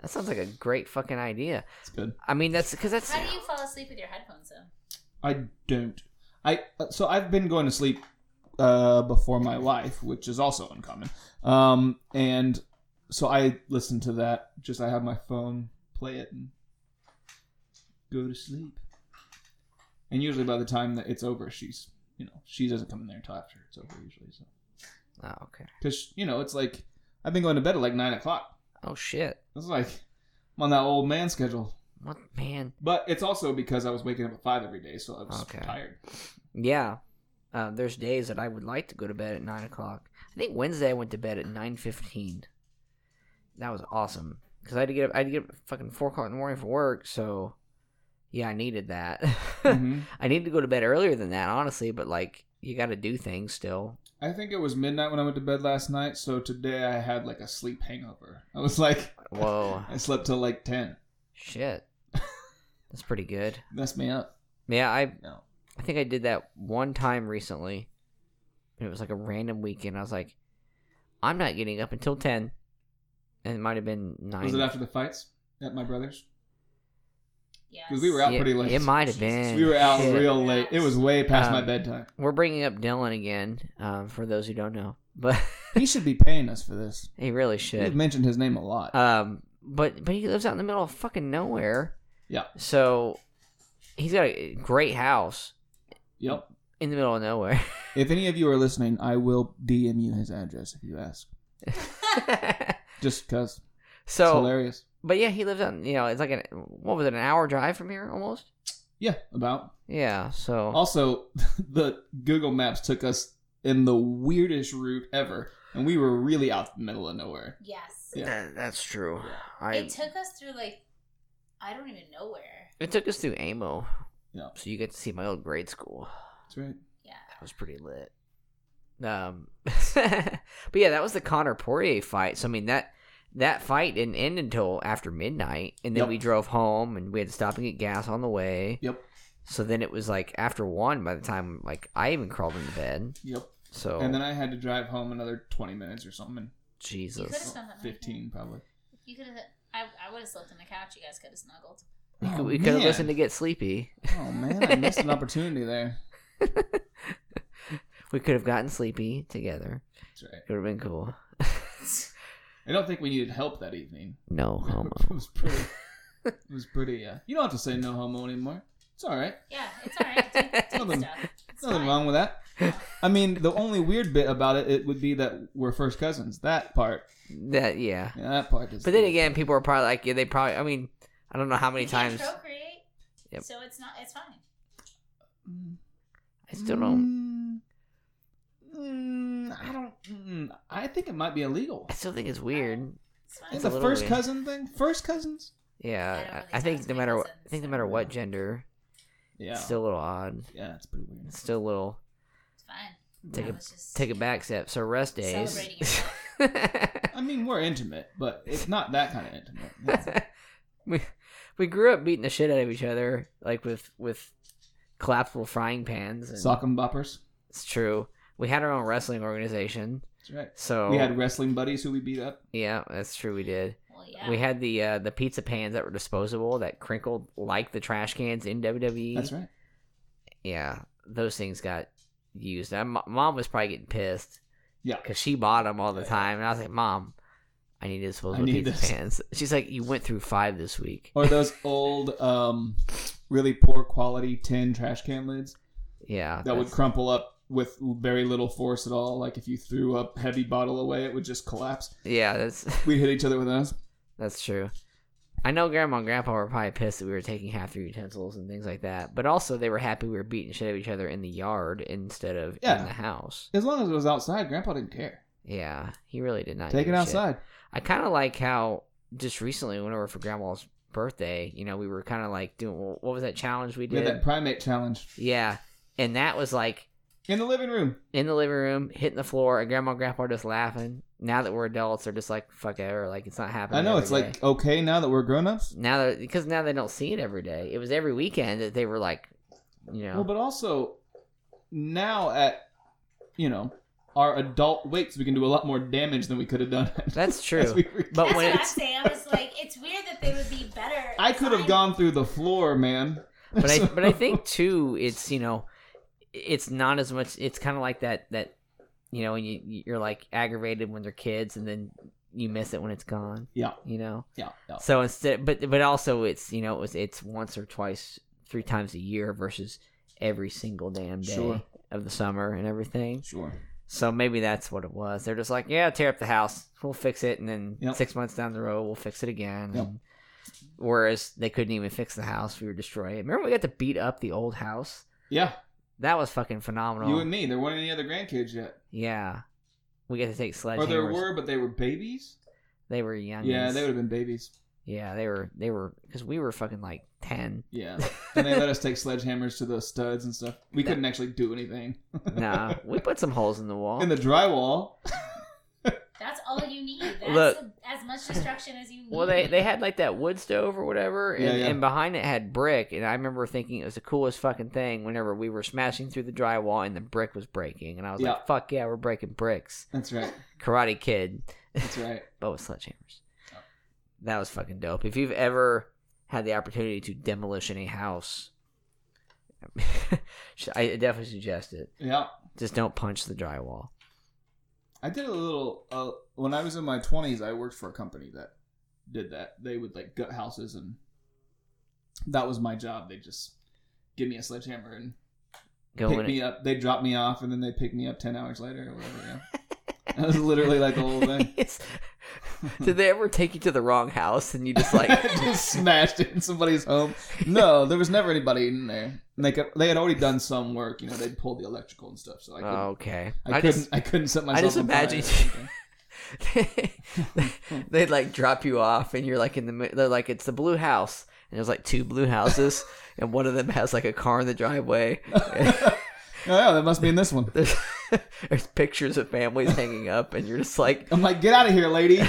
Speaker 1: that sounds like a great fucking idea.
Speaker 3: good.
Speaker 1: I mean that's because that's
Speaker 2: How do you fall asleep with your headphones though?
Speaker 3: I don't. I uh, so I've been going to sleep uh, before my wife, which is also uncommon. Um, and so I listen to that. Just I have my phone play it and go to sleep. And usually by the time that it's over, she's you know she doesn't come in there until after it's over usually. So
Speaker 1: Oh, okay.
Speaker 3: because you know it's like I've been going to bed at like nine o'clock.
Speaker 1: Oh shit.
Speaker 3: It's like I'm on that old man schedule.
Speaker 1: What man?
Speaker 3: But it's also because I was waking up at five every day, so I was
Speaker 1: Okay.
Speaker 3: tired.
Speaker 1: Yeah. Uh, there's days that I would like to go to bed at nine o'clock. I think Wednesday I went to bed at nine fifteen. That was awesome because I had to get up. I had to get up at fucking four o'clock in the morning for work. So, yeah, I needed that.
Speaker 3: Mhm.
Speaker 1: I needed to go to bed earlier than that, honestly. But like, you got to do things still.
Speaker 3: I think it was midnight when I went to bed last night, so today I had like a sleep hangover. I was like,
Speaker 1: Whoa,
Speaker 3: I slept till like 10.
Speaker 1: shit. That's pretty good.
Speaker 3: Messed me up.
Speaker 1: Yeah, I
Speaker 3: No.
Speaker 1: I think I did that one time recently. And it was like a random weekend. I was like, I'm not getting up until ten. And it might have been nine.
Speaker 3: Was it after the fights at my brother's?
Speaker 2: Yes.
Speaker 3: Because we were out
Speaker 1: Yeah,
Speaker 3: pretty late.
Speaker 1: It might have
Speaker 2: Jesus.
Speaker 1: been.
Speaker 3: we were out
Speaker 1: Shit.
Speaker 3: real late. It was way past my
Speaker 1: Um,
Speaker 3: bedtime.
Speaker 1: We're bringing up Dylan again, um, for those who don't know, but
Speaker 3: He should be paying us for this.
Speaker 1: he really
Speaker 3: We've
Speaker 1: should.
Speaker 3: mentioned his name a lot.
Speaker 1: Um, but but he lives out in the middle of fucking nowhere.
Speaker 3: Yeah.
Speaker 1: So he's got a great house
Speaker 3: yep.
Speaker 1: in the middle of nowhere.
Speaker 3: If any of you are listening, I will DM you his address if you ask. Just because. It's
Speaker 1: so,
Speaker 3: hilarious.
Speaker 1: but yeah, he lives on. You know, it's like an what was it, an hour drive from here almost.
Speaker 3: Yeah, about.
Speaker 1: Yeah. So
Speaker 3: Also, the Google Maps took us in the weirdest route ever, and we were really out in the middle of nowhere.
Speaker 2: yes.
Speaker 3: Yeah.
Speaker 1: That- that's true. I
Speaker 2: It took us through like I don't even know where.
Speaker 1: it took us through Amo.
Speaker 3: Yeah.
Speaker 1: So you get to see my old grade school.
Speaker 3: That's right.
Speaker 2: Yeah.
Speaker 1: That was pretty lit. Um, but yeah, that was the Connor Poirier fight. So I mean that that fight didn't end until after midnight, and then
Speaker 3: Yep.
Speaker 1: we drove home and we had to stop and get gas on the way.
Speaker 3: Yep.
Speaker 1: So then it was like after one by the time like I even crawled into bed.
Speaker 3: Yep.
Speaker 1: So
Speaker 3: And then I had to drive home another 20 minutes or something,
Speaker 2: You could have
Speaker 1: Jesus,
Speaker 2: spent that night there.
Speaker 3: 15 probably.
Speaker 2: You could have. I, I would have slept on the couch. You guys could have snuggled.
Speaker 1: we
Speaker 3: Oh,
Speaker 1: could, we could have
Speaker 3: man.
Speaker 1: listened to Get Sleepy.
Speaker 3: Oh man, I missed an opportunity there.
Speaker 1: We could have gotten sleepy together.
Speaker 3: That's right.
Speaker 1: It would have been cool.
Speaker 3: I don't think we needed help that evening.
Speaker 1: no homo.
Speaker 3: it was pretty. It was pretty. Uh, you don't have to say no homo anymore. It's all right.
Speaker 2: Yeah, it's all right. Do, do
Speaker 3: Nothing-
Speaker 2: stuff. It's
Speaker 3: Nothing
Speaker 2: fine.
Speaker 3: wrong with that. I mean, the only weird bit about it, it would be that we're first cousins. That part.
Speaker 1: That yeah.
Speaker 3: Yeah, that part is.
Speaker 1: But then again, people are probably like yeah, they probably. I mean, I don't know how many
Speaker 2: You can't
Speaker 1: times.
Speaker 2: procreate.
Speaker 1: Yep.
Speaker 2: So it's not. It's fine.
Speaker 1: I still don't.
Speaker 3: Mm, mm, I don't. Mm, I think it might be illegal.
Speaker 1: I still think it's weird.
Speaker 2: It's
Speaker 3: It's
Speaker 2: fine.
Speaker 1: It's
Speaker 3: a
Speaker 1: a little
Speaker 3: first
Speaker 1: weird.
Speaker 3: cousin thing. First cousins.
Speaker 2: I
Speaker 1: Yeah,
Speaker 2: don't
Speaker 1: I,
Speaker 2: really
Speaker 1: I think
Speaker 2: talk
Speaker 1: no
Speaker 2: to my
Speaker 1: matter what,
Speaker 2: cousins,
Speaker 1: I think no
Speaker 2: so-
Speaker 1: matter what gender,
Speaker 3: Yeah.
Speaker 1: it's still a little odd.
Speaker 3: yeah, it's pretty weird.
Speaker 1: It's still a little
Speaker 2: It's fine.
Speaker 1: Take
Speaker 2: I
Speaker 1: a-
Speaker 2: was just-
Speaker 1: take it back step. So rest days.
Speaker 2: Celebrating yourself.
Speaker 3: I mean, we're intimate, but it's not that kind of intimate.
Speaker 1: we we grew up beating the shit out of each other, like with with collapsible frying pans. And
Speaker 3: Sock 'em boppers.
Speaker 1: It's true. We had our own wrestling organization,
Speaker 3: That's right.
Speaker 1: so
Speaker 3: We had wrestling buddies who we beat up.
Speaker 1: yeah, that's true. We did.
Speaker 2: Well, yeah.
Speaker 1: We had the uh, the pizza pans that were disposable that crinkled like the trash cans in WWE.
Speaker 3: That's right.
Speaker 1: yeah, those things got used. And my mom was probably getting pissed.
Speaker 3: Yeah.
Speaker 1: Because she bought them all the
Speaker 3: Yeah.
Speaker 1: time. And I was like, Mom, I need disposable
Speaker 3: I need
Speaker 1: pizza
Speaker 3: this." Oh,
Speaker 1: pans. She's like, You went through five this week.
Speaker 3: Or those old, um, really poor quality tin trash can lids
Speaker 1: Yeah.
Speaker 3: that would
Speaker 1: that's-
Speaker 3: crumple up with very little force at all. Like if you threw a heavy bottle away, it would just collapse.
Speaker 1: Yeah, that's
Speaker 3: We hit each other with those.
Speaker 1: that's true. I know grandma and grandpa were probably pissed that we were taking half their utensils and things like that. But also they were happy we were beating shit out of each other in the yard instead of
Speaker 3: Yeah.
Speaker 1: in the house.
Speaker 3: As long as it was outside, Grandpa didn't care.
Speaker 1: Yeah. He really did not
Speaker 3: Take
Speaker 1: give
Speaker 3: it
Speaker 1: a shit.
Speaker 3: outside.
Speaker 1: I kind of like how just recently, when we were for grandma's birthday, you know, we were kind of like doing what was that challenge we
Speaker 3: We had
Speaker 1: did?
Speaker 3: that primate challenge
Speaker 1: yeah, and that was like
Speaker 3: in the living room.
Speaker 1: in the living room, hitting the floor, and grandma and grandpa are just laughing. Now that we're adults, they're just like fuck it, or like it's not happening.
Speaker 3: I know
Speaker 1: every
Speaker 3: it's
Speaker 1: day.
Speaker 3: like okay now that we're grown ups.
Speaker 1: now that because now they don't see it every day. It was every weekend that they were like, you know,
Speaker 3: Well, but also now at you know our adult weights, we can do a lot more damage than we could have done.
Speaker 1: that's
Speaker 3: as
Speaker 1: true.
Speaker 3: we were-
Speaker 1: but
Speaker 2: That's
Speaker 1: when
Speaker 2: what I'm
Speaker 1: it's
Speaker 2: saying. I was like, it's weird that they would be better.
Speaker 3: I could have
Speaker 2: Fine.
Speaker 3: gone through the floor, man.
Speaker 1: but I
Speaker 3: So-
Speaker 1: but I think too, it's you know, it's not as much. It's kind of like that that you know when you you're like aggravated when they're kids, and then you miss it when it's gone.
Speaker 3: Yeah.
Speaker 1: You know.
Speaker 3: Yeah, yeah.
Speaker 1: So instead, but but also it's you know it was it's once or twice, three times a year versus every single damn day
Speaker 3: Sure.
Speaker 1: of the summer and everything.
Speaker 3: Sure.
Speaker 1: So maybe that's what it was. They're just like, yeah, tear up the house, we'll fix it, and then
Speaker 3: Yep.
Speaker 1: six months down the road, we'll fix it again.
Speaker 3: Yep.
Speaker 1: And- whereas they couldn't even fix the house, we were destroying it. Remember we got to beat up the old house?
Speaker 3: Yeah,
Speaker 1: That was fucking phenomenal.
Speaker 3: you and me. There weren't any other grandkids yet,
Speaker 1: yeah, we got to take
Speaker 3: or there
Speaker 1: sledgehammers.
Speaker 3: were, but they were babies.
Speaker 1: They were young.
Speaker 3: Yeah, they would have been babies.
Speaker 1: Yeah, they were. They were because we were fucking like ten.
Speaker 3: Yeah, and they let us take sledgehammers to the studs and stuff. We couldn't actually do anything
Speaker 1: nah, we put some holes in the wall.
Speaker 3: in the drywall.
Speaker 2: That's all you need. That's
Speaker 1: Look.
Speaker 2: as much destruction as you need.
Speaker 1: Well, they they had like that wood stove or whatever, and,
Speaker 3: Yeah, yeah.
Speaker 1: and behind it had brick. And I remember thinking it was the coolest fucking thing. Whenever we were smashing through the drywall and the brick was breaking, and I was
Speaker 3: Yeah.
Speaker 1: like, "Fuck yeah, we're breaking bricks!"
Speaker 3: That's right.
Speaker 1: Karate Kid,
Speaker 3: That's right.
Speaker 1: but with sledgehammers.
Speaker 3: Oh.
Speaker 1: That was fucking dope. If you've ever had the opportunity to demolish any house, I definitely suggest it.
Speaker 3: Yeah,
Speaker 1: Just don't punch the drywall.
Speaker 3: I did a little. Uh, when I was in my twenties, I worked for a company that did that. They would like gut houses, and that was my job. They just give me a sledgehammer and
Speaker 1: Go
Speaker 3: pick
Speaker 1: in
Speaker 3: me up. They drop me off, and then they pick me up ten hours later or whatever. Yeah, that was literally like the whole thing.
Speaker 1: Yes. Did they ever take you to the wrong house and you just like
Speaker 3: just smashed it in somebody's home. No, there was never anybody in there. And they kept, they had already done some work. You know, they'd pulled the electrical and stuff. So I couldn't.
Speaker 1: okay.
Speaker 3: I,
Speaker 1: I
Speaker 3: couldn't.
Speaker 1: just
Speaker 3: I couldn't set myself.
Speaker 1: just
Speaker 3: on fire or
Speaker 1: imagined-
Speaker 3: something.
Speaker 1: they'd like drop you off and you're like in the mi- they're like it's the blue house and there's like two blue houses and one of them has like a car in the driveway.
Speaker 3: oh, yeah, that must be in this one.
Speaker 1: There's there's pictures of families hanging up and you're just like
Speaker 3: I'm like, get out of here, lady.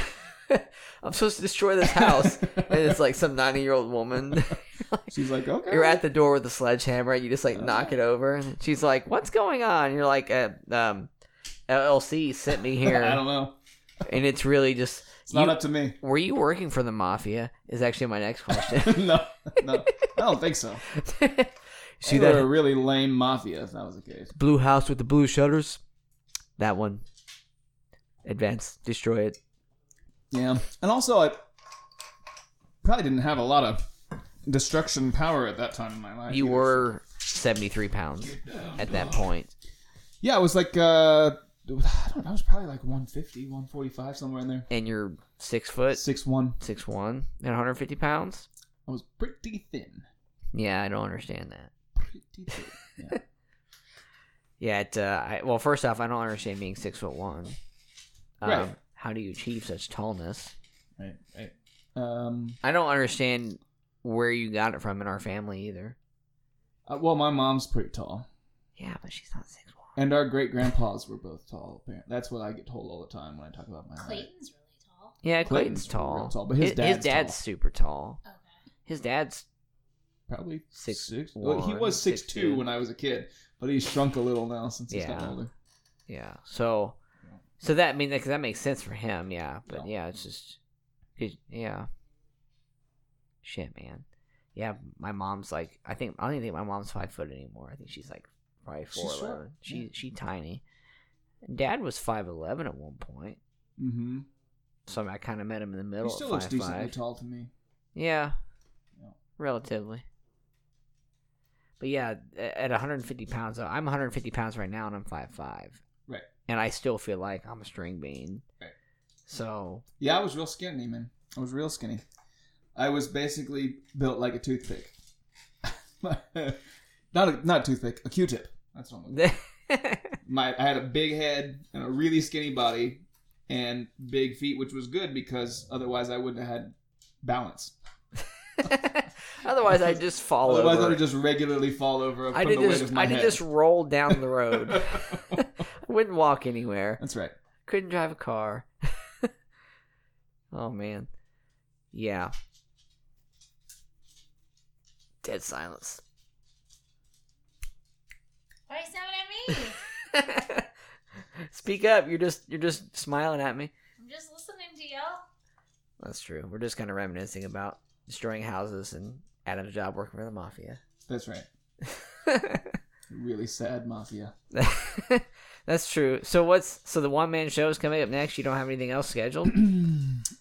Speaker 1: I'm supposed to destroy this house and it's like some 90 year old woman.
Speaker 3: She's like, okay.
Speaker 1: You're at the door with a sledgehammer and you just like knock it over and she's like what's going on? And you're like uh, um LLC sent me here.
Speaker 3: I don't know.
Speaker 1: and it's really just
Speaker 3: It's not
Speaker 1: you-
Speaker 3: up to me.
Speaker 1: were you working for the mafia is actually my next question
Speaker 3: no, no, I don't think so.
Speaker 1: see
Speaker 3: they were
Speaker 1: that
Speaker 3: a really lame mafia if that was the case.
Speaker 1: blue house with the blue shutters that one advance destroy it
Speaker 3: Yeah, and also I probably didn't have a lot of destruction power at that time in my life.
Speaker 1: you
Speaker 3: either.
Speaker 1: were 73 pounds at that point
Speaker 3: Yeah, it was like uh, I don't know. I was probably like 150, 145, somewhere in there.
Speaker 1: and you're six foot
Speaker 3: Six one.
Speaker 1: six one and 150 pounds
Speaker 3: I was pretty thin.
Speaker 1: yeah i don't understand that
Speaker 3: Pretty thin. Yeah.
Speaker 1: yeah it, uh, I, well first off i don't understand being six foot one um,
Speaker 3: Right.
Speaker 1: how do you achieve such tallness
Speaker 3: right, right. Um.
Speaker 1: i don't understand where you got it from in our family either
Speaker 3: uh, well, my mom's pretty tall,
Speaker 1: Yeah, but she's not six one.
Speaker 3: and our great grandpas were both tall. Apparently, that's what I get told all the time when I talk about my height.
Speaker 2: Clayton's really tall.
Speaker 1: Yeah,
Speaker 3: Clayton's
Speaker 1: Clayton's,
Speaker 3: real
Speaker 1: tall.
Speaker 3: tall, but his dad's tall.
Speaker 1: super tall.
Speaker 2: Okay.
Speaker 1: His dad's
Speaker 3: Probably
Speaker 1: Six
Speaker 3: well, he
Speaker 1: one,
Speaker 3: was six,
Speaker 1: six
Speaker 3: two
Speaker 1: two.
Speaker 3: when I was a kid, but he's shrunk a little now since he's gotten
Speaker 1: Yeah.
Speaker 3: older.
Speaker 1: yeah. So, so that I mean, like, that makes sense for him. Yeah, but yeah, it's just, 'cause- yeah. Shit, man. Yeah, my mom's like I think I don't even think my mom's five foot anymore. I think she's like probably
Speaker 3: She's
Speaker 1: four
Speaker 3: short,
Speaker 1: eleven. She
Speaker 3: yeah.
Speaker 1: she tiny. Dad was five eleven at one point,
Speaker 3: Mm-hmm.
Speaker 1: so I kind of met him in the middle.
Speaker 3: He
Speaker 1: at
Speaker 3: still looks
Speaker 1: 5'5".
Speaker 3: decently tall to me.
Speaker 1: Yeah.
Speaker 3: Yeah.
Speaker 1: Relatively. But yeah, a- at 150 pounds, though, I'm 150 pounds right now and I'm 5'5.
Speaker 3: Right.
Speaker 1: And I still feel like I'm a string bean.
Speaker 3: Right.
Speaker 1: So,
Speaker 3: Yeah, I was real skinny, man. I was real skinny. I was basically built like a toothpick. not a not a toothpick, a Q-tip. That's what I'm looking for. my. I had a big head and a really skinny body, and big feet, which was good because otherwise I wouldn't have had balance.
Speaker 1: otherwise, I just fall
Speaker 3: otherwise I
Speaker 1: over.
Speaker 3: would just regularly fall over.
Speaker 1: I
Speaker 3: from
Speaker 1: did
Speaker 3: the weight
Speaker 1: this.
Speaker 3: of my
Speaker 1: I did
Speaker 3: head.
Speaker 1: this roll down the road. I wouldn't walk anywhere.
Speaker 3: That's right.
Speaker 1: Couldn't drive a car. oh man, yeah. Dead silence.
Speaker 2: Why are you sounding at me?
Speaker 1: Speak up. You're just you're just smiling at me.
Speaker 2: I'm just listening to y'all.
Speaker 1: That's true. We're just kind of reminiscing about destroying houses and Adam's job working for the mafia.
Speaker 3: That's right. really sad mafia.
Speaker 1: That's true. So what's so the one man show is coming up next? You don't have anything else scheduled?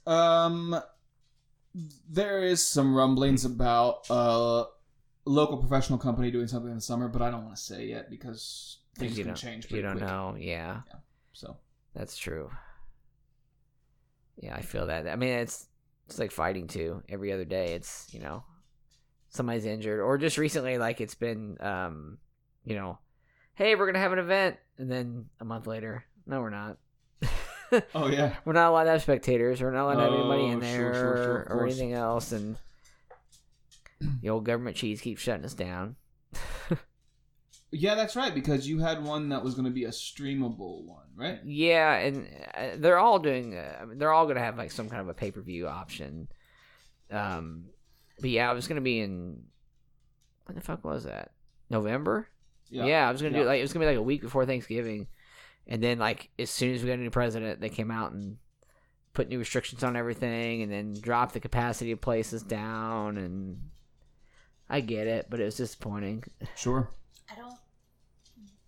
Speaker 3: um, there is some rumblings about a local professional company doing something in the summer, but I don't want to say yet because things
Speaker 1: you
Speaker 3: can
Speaker 1: don't,
Speaker 3: change.
Speaker 1: You
Speaker 3: pretty
Speaker 1: don't
Speaker 3: quick.
Speaker 1: know. Yeah,
Speaker 3: So
Speaker 1: that's true. Yeah, I feel that. I mean, it's it's like fighting too. Every other day, it's you know somebody's injured, or just recently, like it's been um you know, hey, we're gonna have an event, and then a month later, no, we're not.
Speaker 3: oh yeah,
Speaker 1: we're not allowed to have spectators. We're not allowed to have anybody in
Speaker 3: Oh,
Speaker 1: there
Speaker 3: sure, sure, sure, of
Speaker 1: or
Speaker 3: course.
Speaker 1: anything else. And the old government cheese keeps shutting us down.
Speaker 3: yeah, that's right because you had one that was going to be a streamable one, right?
Speaker 1: Yeah, and uh, they're all doing. Uh, I mean, they're all going to have like some kind of a pay per view option. Um, but yeah, I was going to be in. When the fuck was that? November. Yeah, I was going to do it,
Speaker 3: Yeah.
Speaker 1: like it was going to be like a week before Thanksgiving, and then like as soon as we got a new president, they came out and put new restrictions on everything, and then dropped the capacity of places down. And I get it, but it was disappointing.
Speaker 3: Sure.
Speaker 2: I don't.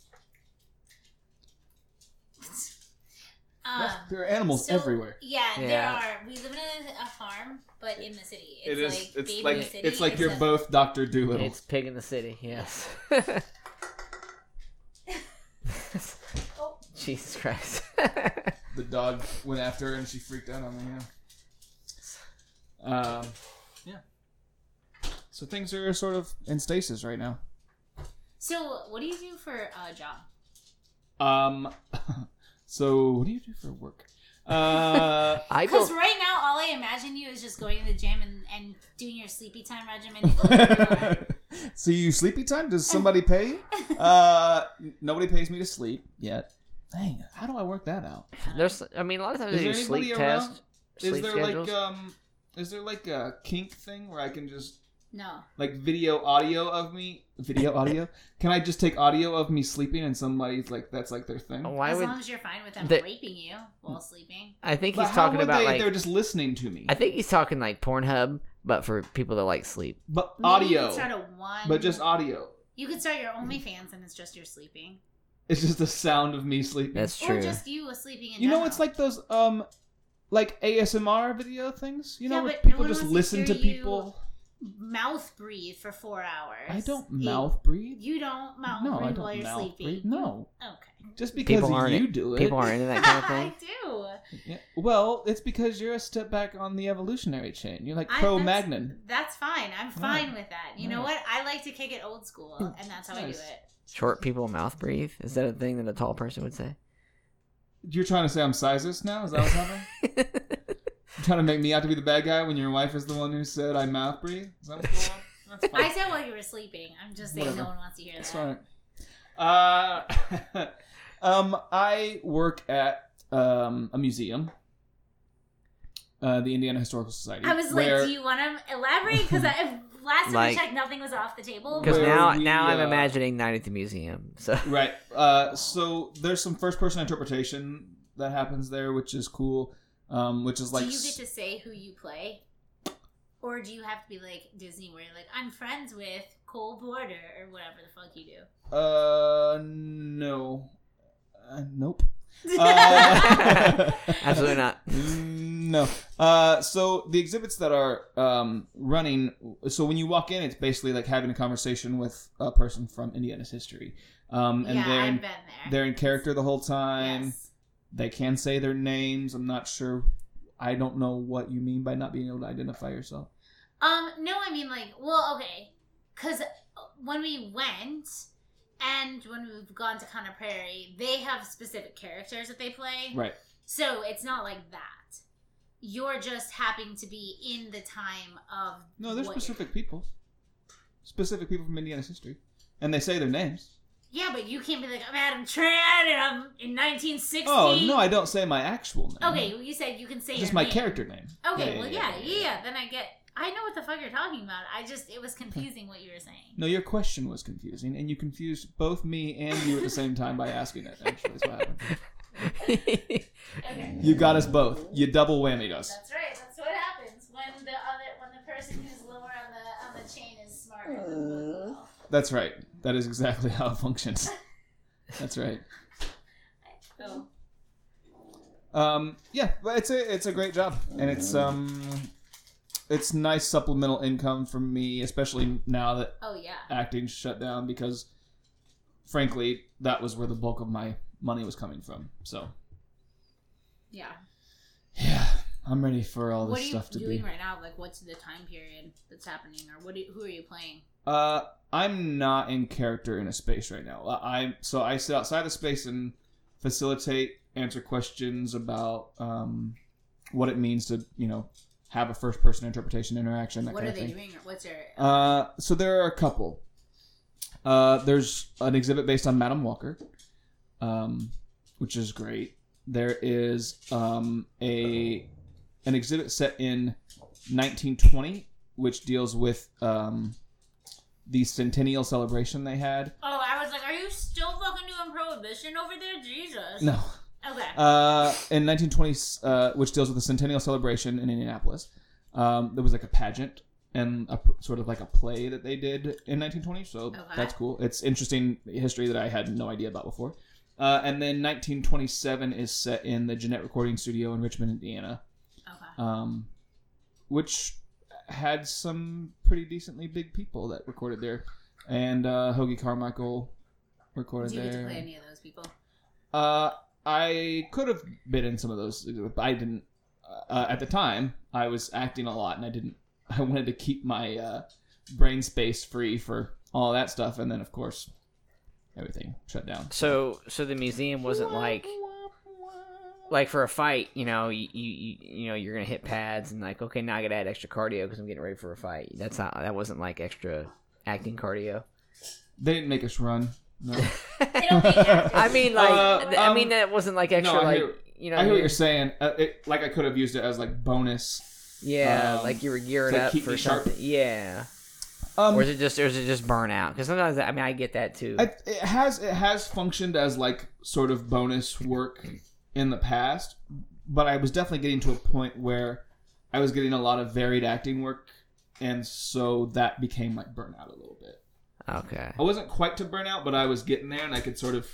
Speaker 2: Um,
Speaker 3: there are animals
Speaker 2: so-
Speaker 3: everywhere.
Speaker 2: yeah, there
Speaker 1: Yeah.
Speaker 2: are. We live in a, a farm, but in the city. It's
Speaker 3: It is.
Speaker 2: Like
Speaker 3: It's
Speaker 2: baby
Speaker 3: like
Speaker 2: city.
Speaker 3: it's like you're
Speaker 2: a-
Speaker 3: both Doctor Doolittle.
Speaker 1: It's pig in the city. Yes.
Speaker 2: Oh,
Speaker 1: Jesus Christ.
Speaker 3: the dog went after her and she freaked out on me. Yeah. Um, yeah. So things are sort of in stasis right now.
Speaker 2: so, what do you do for a uh, job?
Speaker 3: Um, so what do you do for work? Uh,
Speaker 1: I
Speaker 2: Because
Speaker 1: built.
Speaker 2: right now, all I imagine you is just going to the gym and, and doing your sleepy time regimen. and going for your run.
Speaker 3: so you sleepy time? Does somebody pay you? Uh, nobody pays me to sleep yet. Dang, how do I work that out?
Speaker 1: There's. I mean, a lot of times
Speaker 3: Is
Speaker 1: they do
Speaker 3: there anybody
Speaker 1: sleep
Speaker 3: around?
Speaker 1: tests, sleep
Speaker 3: is there
Speaker 1: schedules.
Speaker 3: like um, is there like a kink thing where I can just
Speaker 2: no.
Speaker 3: like video audio of me video audio can i just take audio of me sleeping and somebody's like that's like their thing
Speaker 1: Why
Speaker 2: as
Speaker 1: would?
Speaker 2: long as you're fine with them
Speaker 1: the-
Speaker 2: raping you while sleeping.
Speaker 1: I think
Speaker 3: But
Speaker 1: he's
Speaker 3: how
Speaker 1: talking
Speaker 3: would
Speaker 1: about
Speaker 3: they,
Speaker 1: like.
Speaker 3: they're just listening to me
Speaker 1: I think he's talking like Pornhub, but for people that like sleep.
Speaker 3: but
Speaker 2: Maybe You could start
Speaker 3: audio
Speaker 2: a one.
Speaker 3: but just audio
Speaker 2: you could start your OnlyFans and it's just you're sleeping,
Speaker 3: it's just the sound of me sleeping
Speaker 1: That's true.
Speaker 2: or just you sleeping. In
Speaker 3: you know
Speaker 2: general.
Speaker 3: it's like those um like asmr video things you know
Speaker 2: Yeah,
Speaker 3: where
Speaker 2: but no
Speaker 3: people
Speaker 2: one
Speaker 3: just
Speaker 2: wants to
Speaker 3: listen to
Speaker 2: hear you
Speaker 3: people
Speaker 2: mouth breathe for four hours.
Speaker 3: i don't
Speaker 2: You-
Speaker 3: mouth breathe
Speaker 2: You don't mouth
Speaker 3: no i
Speaker 2: breathe while
Speaker 3: don't
Speaker 2: you're
Speaker 3: mouth
Speaker 2: sleeping.
Speaker 3: breathe no
Speaker 2: Okay.
Speaker 3: just because
Speaker 1: People aren't-
Speaker 3: you do it
Speaker 1: People aren't into that kind of
Speaker 2: I
Speaker 1: thing.
Speaker 2: do.
Speaker 3: Yeah. well it's because you're a step back on the evolutionary chain you're like
Speaker 2: I-
Speaker 3: pro
Speaker 2: that's-
Speaker 3: magnon
Speaker 2: That's fine. I'm fine with that. You know
Speaker 3: Right.
Speaker 2: what? I like to kick it old school, and that's how
Speaker 3: Nice.
Speaker 2: I do it.
Speaker 1: Short people mouth breathe. Is that a thing that a tall person would say?
Speaker 3: You're trying to say I'm sizist now? Is that what's happening? You're trying to make me out to be the bad guy when your wife is the one who said I mouth breathe? Is that what's going on? That's fine.
Speaker 2: I said while you were sleeping. I'm just saying
Speaker 3: Whatever.
Speaker 2: no one wants to hear
Speaker 3: That's
Speaker 2: that.
Speaker 3: fine. Uh, um, I work at um, a museum, uh, the Indiana Historical Society.
Speaker 2: I was
Speaker 3: where-
Speaker 2: like, do you want to elaborate? Because last time
Speaker 1: Like-
Speaker 2: I checked, nothing was off the table.
Speaker 1: Because
Speaker 3: Where
Speaker 1: now,
Speaker 3: we,
Speaker 1: now I'm
Speaker 3: uh,
Speaker 1: imagining night at the museum. So
Speaker 3: Right. Uh, so there's some first person interpretation that happens there, which is cool. Um, which is like
Speaker 2: do you get to say who you play, or do you have to be like Disney, where you're like, I'm friends with Cole Porter or whatever the fuck you do?
Speaker 3: uh no, uh, nope. Uh, Mm,
Speaker 1: absolutely not.
Speaker 3: no. Uh, so the exhibits that are um, running. So when you walk in, it's basically like having a conversation with a person from Indiana's history, um, and
Speaker 2: yeah,
Speaker 3: they're
Speaker 2: I've
Speaker 3: in,
Speaker 2: been there.
Speaker 3: they're in character the whole time.
Speaker 2: Yes.
Speaker 3: They can say their names. I'm not sure. I don't know what you mean by not being able to identify yourself.
Speaker 2: Um, no, I mean like, well, okay, because when we went and when we've gone to Connor Prairie, they have specific characters that they play,
Speaker 3: Right.
Speaker 2: so it's not like that. You're just happening to be in the time of
Speaker 3: No, they're
Speaker 2: what-
Speaker 3: specific people. Specific people from Indiana's history, and they say their names.
Speaker 2: Yeah, but you can't be like I'm Adam Tran and I'm in 1960.
Speaker 3: Oh no, I don't say my actual name.
Speaker 2: Okay, well, you said you can say
Speaker 3: Just
Speaker 2: your
Speaker 3: my
Speaker 2: name.
Speaker 3: character name.
Speaker 2: Okay, well, yeah, yeah, Then I get, I know what the fuck you're talking about. I just, it was confusing what you were saying.
Speaker 3: No, your question was confusing, and you confused both me and you at the same time by asking it. Actually, is what happened.
Speaker 2: Okay.
Speaker 3: You got us both. You double whammied us.
Speaker 2: That's right. That's what happens when the other when the person who's lower on the on the chain is smarter than both of us.
Speaker 3: That's right. That is exactly how it functions. That's right.
Speaker 2: Oh.
Speaker 3: Um, yeah, but it's a it's a great job, and it's um, it's nice supplemental income for me, especially now that
Speaker 2: oh yeah.
Speaker 3: acting shut down because, frankly, that was where the bulk of my money was coming from. So
Speaker 2: Yeah.
Speaker 3: yeah, I'm ready for all this
Speaker 2: What are you
Speaker 3: stuff to
Speaker 2: doing
Speaker 3: be.
Speaker 2: right now? Like, what's the time period that's happening, or what? Do you, who are you playing?
Speaker 3: Uh, I'm not in character in a space right now. Uh, I I- so I sit outside the space and facilitate, answer questions about um, what it means to you know have a first person interpretation interaction. That
Speaker 2: What
Speaker 3: kind
Speaker 2: are
Speaker 3: of
Speaker 2: they
Speaker 3: thing.
Speaker 2: doing, or what's their?
Speaker 3: Uh, so there are a couple. Uh, there's an exhibit based on Madam Walker, um, which is great. There is um, a an exhibit set in 1920, which deals with um, the centennial celebration they had.
Speaker 2: oh, I was like, are you still fucking doing prohibition over there, Jesus?
Speaker 3: No,
Speaker 2: Okay.
Speaker 3: uh, in 1920, uh, which deals with the centennial celebration in Indianapolis. Um, there was like a pageant and a pr- sort of like a play that they did in 1920. So
Speaker 2: Okay.
Speaker 3: that's cool. It's interesting history that I had no idea about before. Uh, and then 1927 is set in the Jeanette Recording Studio in Richmond, Indiana,
Speaker 2: okay.
Speaker 3: um, which had some pretty decently big people that recorded there. And uh, Hoagie Carmichael recorded
Speaker 2: Do you
Speaker 3: there.
Speaker 2: get to play any of those people?
Speaker 3: Uh, I could have been in some of those, but I didn't. Uh, at the time, I was acting a lot, and I didn't. I wanted to keep my uh, brain space free for all that stuff, and then of course, everything shut down.
Speaker 1: So, so the museum wasn't like, like for a fight, you know, you you, you- you know, you're gonna hit pads and like, okay, now I gotta add extra cardio because I'm getting ready for a fight. That's not, that wasn't like extra acting cardio.
Speaker 3: They didn't make us run. No.
Speaker 2: They don't make actors.
Speaker 1: I mean, like,
Speaker 3: Uh,
Speaker 1: th- I
Speaker 3: um,
Speaker 1: mean, that wasn't like extra,
Speaker 3: no, I
Speaker 1: like,
Speaker 3: hear-
Speaker 1: you know,
Speaker 3: I hear
Speaker 1: what
Speaker 3: what you're saying. Uh, it, like I could have used it as like bonus.
Speaker 1: yeah,
Speaker 3: um,
Speaker 1: like you were gearing
Speaker 3: to
Speaker 1: up
Speaker 3: keep
Speaker 1: for
Speaker 3: me sharp.
Speaker 1: something, yeah.
Speaker 3: Um,
Speaker 1: or is it just, or is it just burnout? Because sometimes, I mean, I get that too.
Speaker 3: I, it has it has functioned as like sort of bonus work in the past, but I was definitely getting to a point where I was getting a lot of varied acting work, and so that became like burnout a little bit.
Speaker 1: okay,
Speaker 3: I wasn't quite to burnout, but I was getting there, and I could sort of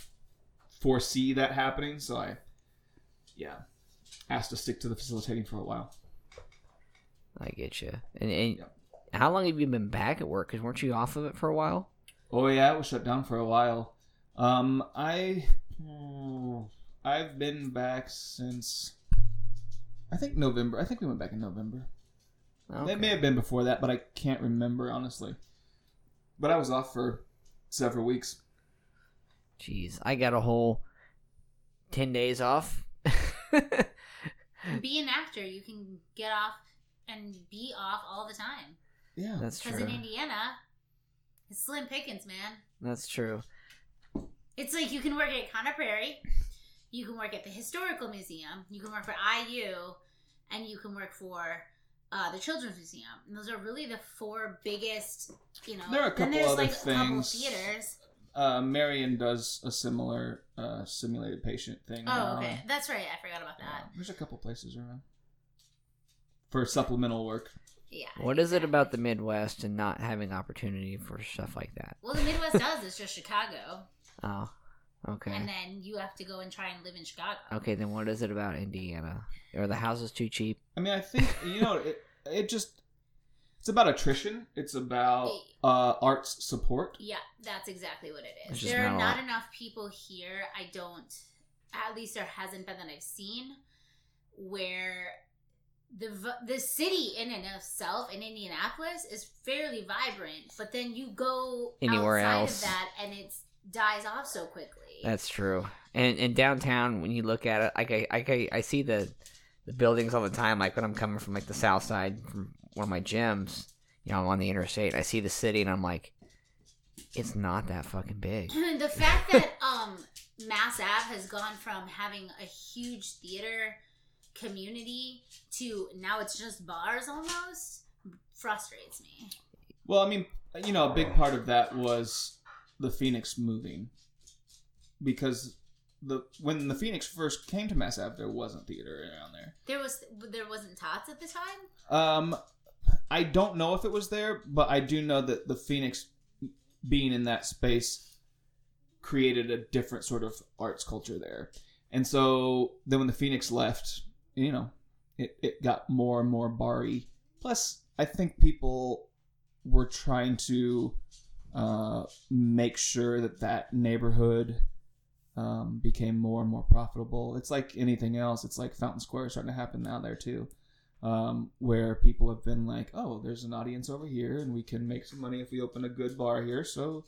Speaker 3: foresee that happening. So I, yeah, asked to stick to the facilitating for a while.
Speaker 1: I get you. And, and
Speaker 3: Yep.
Speaker 1: how long have you been back at work? Because weren't you off of it for a while?
Speaker 3: Oh yeah, it was shut down for a while. Um, I oh, I've been back since I think November. I think we went back in November.
Speaker 1: Okay.
Speaker 3: It may have been before that, but I can't remember honestly. But I was off for several weeks.
Speaker 1: Jeez, I got a whole ten days off.
Speaker 2: be an actor. You can get off and be off all the time.
Speaker 3: Yeah.
Speaker 1: That's
Speaker 2: Because
Speaker 1: true.
Speaker 2: in Indiana, it's slim pickings, man.
Speaker 1: That's true.
Speaker 2: It's like you can work at Conner Prairie, you can work at the Historical Museum, you can work for IU, and you can work for uh, the Children's Museum. And those are really the four biggest, you know.
Speaker 3: There are a
Speaker 2: then
Speaker 3: couple
Speaker 2: there's
Speaker 3: other
Speaker 2: like a couple of
Speaker 3: things.
Speaker 2: theaters.
Speaker 3: Uh, Marion does a similar uh, simulated patient thing.
Speaker 2: Oh,
Speaker 3: now.
Speaker 2: okay. That's right. I forgot about
Speaker 3: Yeah,
Speaker 2: that.
Speaker 3: There's a couple places around for supplemental work.
Speaker 2: Yeah.
Speaker 1: What is it about the Midwest and not having opportunity for stuff like that?
Speaker 2: Well, the Midwest does. It's just Chicago.
Speaker 1: Oh, okay.
Speaker 2: And then you have to go and try and live in Chicago.
Speaker 1: Okay, then what is it about Indiana? Are the houses too cheap?
Speaker 3: I mean, I think you know it. It just it's about attrition. It's about uh, arts support.
Speaker 2: Yeah, that's exactly what it
Speaker 1: There's
Speaker 2: is.
Speaker 1: just
Speaker 2: There
Speaker 1: not
Speaker 2: are
Speaker 1: a
Speaker 2: not
Speaker 1: lot.
Speaker 2: enough people here. I don't, at least there hasn't been that I've seen, where the v- the city in and of itself in Indianapolis is fairly vibrant, but then you go
Speaker 1: Anywhere
Speaker 2: outside
Speaker 1: else.
Speaker 2: of that and it dies off so quickly.
Speaker 1: That's true. And and downtown, when you look at it, like I like I, I see the the buildings all the time. Like when I'm coming from like the south side from one of my gyms, you know, I'm on the interstate. I see the city, and I'm like, it's not that fucking big.
Speaker 2: the fact that um Mass Ave has gone from having a huge theater community to now it's just bars almost frustrates me.
Speaker 3: Well, I mean, you know, a big part of that was the Phoenix moving because the when the Phoenix first came to Mass Ave, there wasn't theater around there.
Speaker 2: There was there wasn't tots at the time.
Speaker 3: Um, I don't know if it was there, but I do know that the Phoenix being in that space created a different sort of arts culture there. And so then when the Phoenix left, you know, it, it got more and more barry. Plus, I think people were trying to uh, make sure that that neighborhood um, became more and more profitable. It's like anything else. It's like Fountain Square is starting to happen now there too, um, where people have been like, "Oh, there's an audience over here, and we can make some money if we open a good bar here." So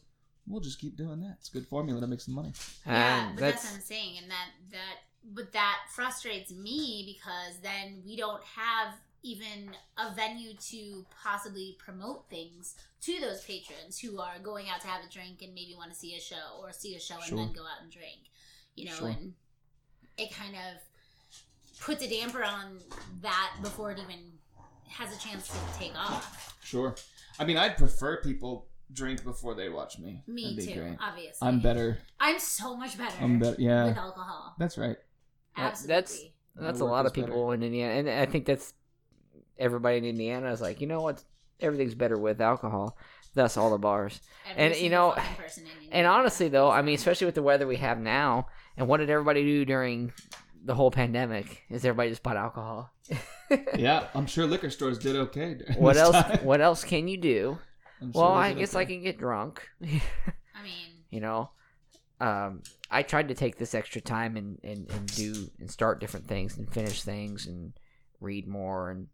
Speaker 3: we'll just keep doing that. It's a good formula to make some money.
Speaker 2: yeah,
Speaker 1: And
Speaker 2: but that's, what I'm saying, and that that but that frustrates me because then we don't have even a venue to possibly promote things to those patrons who are going out to have a drink and maybe want to see a show or see a show and
Speaker 3: Sure.
Speaker 2: then go out and drink, you know,
Speaker 3: Sure.
Speaker 2: and it kind of puts a damper on that before it even has a chance to take off.
Speaker 3: Sure. I mean, I'd prefer people drink before they watch me.
Speaker 2: Me
Speaker 3: That'd be
Speaker 2: too,
Speaker 3: great.
Speaker 2: obviously.
Speaker 3: I'm better.
Speaker 2: I'm so much better.
Speaker 3: I'm better. Yeah,
Speaker 2: with alcohol.
Speaker 3: that's right.
Speaker 1: That-
Speaker 2: Absolutely.
Speaker 1: that's- That's a lot of
Speaker 3: Work is
Speaker 1: people in Indiana, and I think that's everybody in Indiana is like, you know what? Everything's better with alcohol. Thus, all the bars.
Speaker 2: Every
Speaker 1: and, you
Speaker 2: single
Speaker 1: know,
Speaker 2: fucking person in Indiana.
Speaker 1: And honestly, though, I mean, especially with the weather we have now, and what did everybody do during the whole pandemic? Is everybody just bought alcohol?
Speaker 3: yeah, I'm sure liquor stores did okay. during
Speaker 1: What
Speaker 3: this
Speaker 1: else?
Speaker 3: time.
Speaker 1: What else can you do?
Speaker 3: I'm sure
Speaker 1: Well,
Speaker 3: they
Speaker 1: I
Speaker 3: did
Speaker 1: guess
Speaker 3: okay.
Speaker 1: I can get drunk.
Speaker 2: I mean,
Speaker 1: you know um, i tried to take this extra time and, and, and do and start different things and finish things and read more and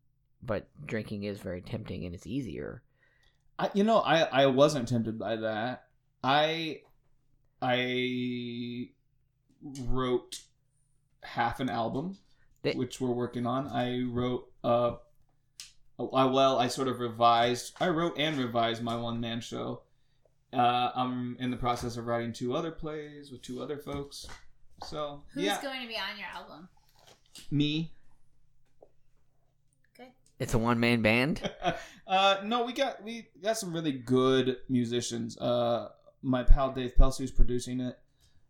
Speaker 1: but drinking is very tempting and it's easier
Speaker 3: I, you know, I I wasn't tempted by that. I I wrote half an album,
Speaker 1: They-
Speaker 3: which we're working on. I wrote uh, I, well, I sort of revised. I wrote and revised my one man show. Uh, I'm in the process of writing two other plays with two other folks. So
Speaker 2: who's
Speaker 3: yeah,
Speaker 2: going to be on your album?
Speaker 3: me.
Speaker 1: it's a one-man band
Speaker 3: uh, no, we got we got some really good musicians. Uh, my pal Dave Pelsey's producing it.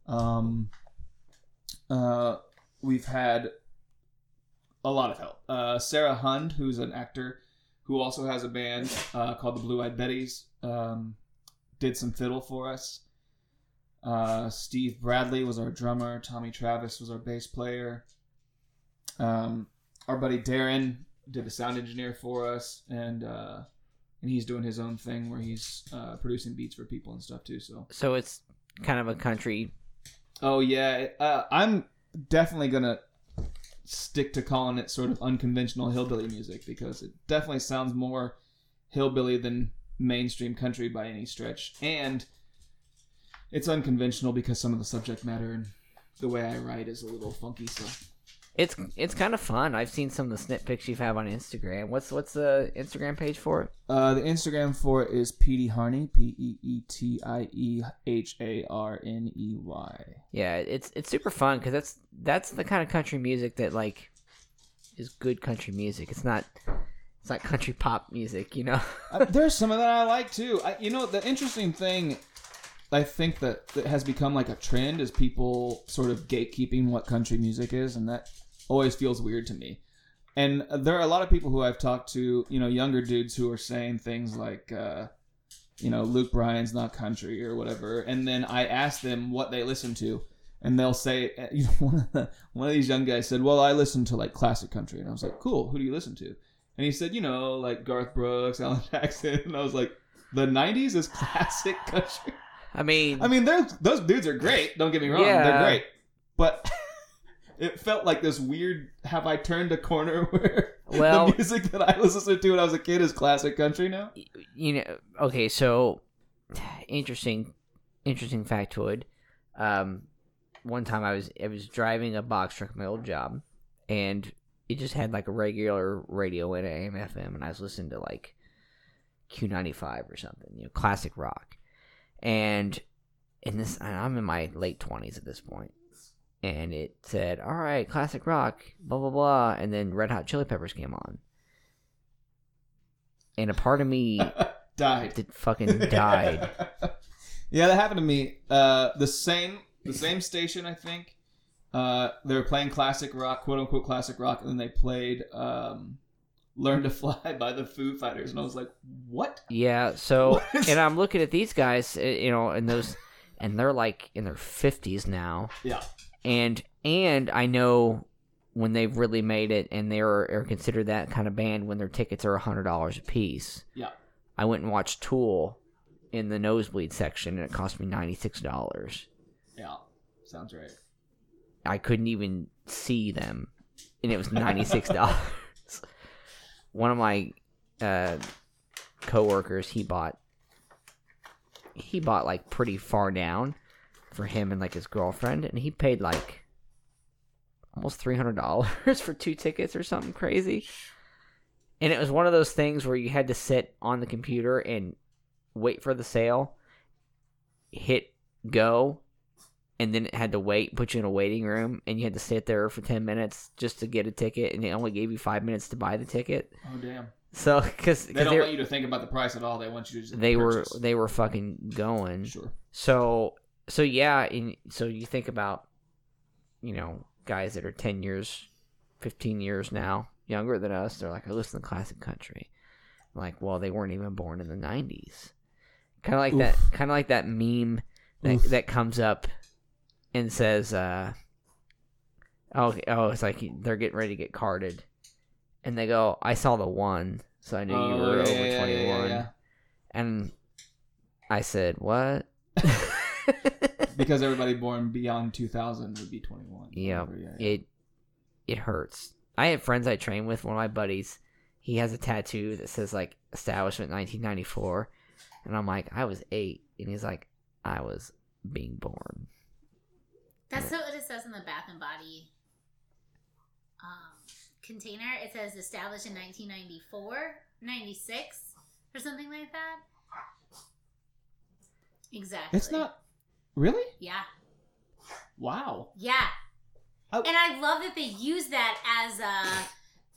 Speaker 3: Um, uh, we've had a lot of help. Uh, Sarah Hund, who's an actor, who also has a band uh, called the Blue Eyed Betties, um, did some fiddle for us. Uh, Steve Bradley was our drummer. Tommy Travis was our bass player. Um, our buddy Darren did the sound engineer for us, and uh, and he's doing his own thing where he's uh, producing beats for people and stuff too. So
Speaker 1: so it's kind of a country
Speaker 3: Oh yeah, uh, I'm definitely gonna stick to calling it sort of unconventional hillbilly music because it definitely sounds more hillbilly than mainstream country by any stretch, and it's unconventional because some of the subject matter and the way I write is a little funky. So
Speaker 1: it's it's kind of fun i've seen some of the snip pics you have on instagram what's what's the instagram page for it
Speaker 3: uh, the Instagram for it is Petey Harney, P E E T I E H A R N E Y.
Speaker 1: yeah it's it's super fun because that's that's the kind of country music that like is good country music it's not it's not country pop music you know
Speaker 3: Uh, there's some of that I like too. I, you know, the interesting thing I think that, that has become like a trend is people sort of gatekeeping what country music is, and that always feels weird to me. And there are a lot of people who I've talked to, you know, younger dudes who are saying things like, uh, you know, Luke Bryan's not country or whatever. And then I ask them what they listen to, and they'll say, you know, one of, the, one of these young guys said, "Well, I listen to like classic country," and I was like, "Cool. Who do you listen to?" And he said, you know, like Garth Brooks, Alan Jackson. And I was like, the 90s is classic country.
Speaker 1: I mean,
Speaker 3: I mean, they're- those dudes are great. Don't get me wrong. They're
Speaker 1: Yeah.
Speaker 3: great. But it felt like this weird have I turned a corner where
Speaker 1: Well-
Speaker 3: the music that I listened to when I was a kid is classic country now?
Speaker 1: you know, okay, so interesting, interesting factoid. Um, one time I was I was driving a box truck at my old job, and it just had like a regular radio in it, AM FM, and I was listening to like Q ninety five or something, you know, classic rock, and in this and I'm in my late twenties at this point, and it said, "All right, classic rock, blah blah blah," and then Red Hot Chili Peppers came on. And a part of me
Speaker 3: Died.
Speaker 1: that fucking died.
Speaker 3: yeah, that happened to me. Uh, the same the same station, I think. Uh, they were playing classic rock, quote unquote classic rock, and then they played um, Learn to Fly by the Foo Fighters. And I was like, what?
Speaker 1: Yeah. So,
Speaker 3: What?
Speaker 1: and I'm looking at these guys, uh, you know, and those, and they're like in their 50s now.
Speaker 3: Yeah.
Speaker 1: And and I know when they've really made it, and they are, are considered that kind of band when their tickets are hundred dollars a piece.
Speaker 3: Yeah.
Speaker 1: I went and watched Tool in the nosebleed section, and it cost me ninety six dollars.
Speaker 3: Yeah. Sounds right.
Speaker 1: I couldn't even see them, and it was ninety six dollars. One of my uh, coworkers, he bought, he bought like pretty far down for him and like his girlfriend, and he paid like almost three hundred dollars for two tickets or something crazy. And it was one of those things where you had to sit on the computer and wait for the sale, hit go, and then it had to wait, put you in a waiting room, and you had to sit there for 10 minutes just to get a ticket, and it only gave you five minutes to buy the ticket.
Speaker 3: Oh, damn.
Speaker 1: So, because
Speaker 3: They don't want
Speaker 1: they,
Speaker 3: you to think about the price at all. They want you to just
Speaker 1: they were
Speaker 3: purchase.
Speaker 1: they were fucking going.
Speaker 3: sure.
Speaker 1: So, so yeah, and so you think about, you know, guys that are 10 years, 15 years now, younger than us, they're like, I listen to classic country. I'm like, well, they weren't even born in the 90s. Kind of like that,
Speaker 3: Oof.
Speaker 1: kind of like that meme that,
Speaker 3: Oof.
Speaker 1: that comes up and says, uh, oh, oh, it's like they're getting ready to get carded. And they go, I saw the one, so I knew you
Speaker 3: Oh,
Speaker 1: were
Speaker 3: yeah,
Speaker 1: over
Speaker 3: yeah,
Speaker 1: 21.
Speaker 3: yeah, yeah.
Speaker 1: And I said, what?
Speaker 3: Because everybody born beyond 2000 would be 21.
Speaker 1: Yeah,
Speaker 3: yeah, yeah.
Speaker 1: it it hurts. I have friends I train with. One of my buddies, he has a tattoo that says like establishment 1994, and I'm like, I was eight, and he's like, I was being born.
Speaker 2: That's not what it says in the Bath and Body um, container. It says established in 1994, 96, or something like that. Exactly.
Speaker 3: It's not. Really?
Speaker 2: Yeah.
Speaker 3: Wow.
Speaker 2: Yeah.
Speaker 3: Oh.
Speaker 2: And I love that they use that as a,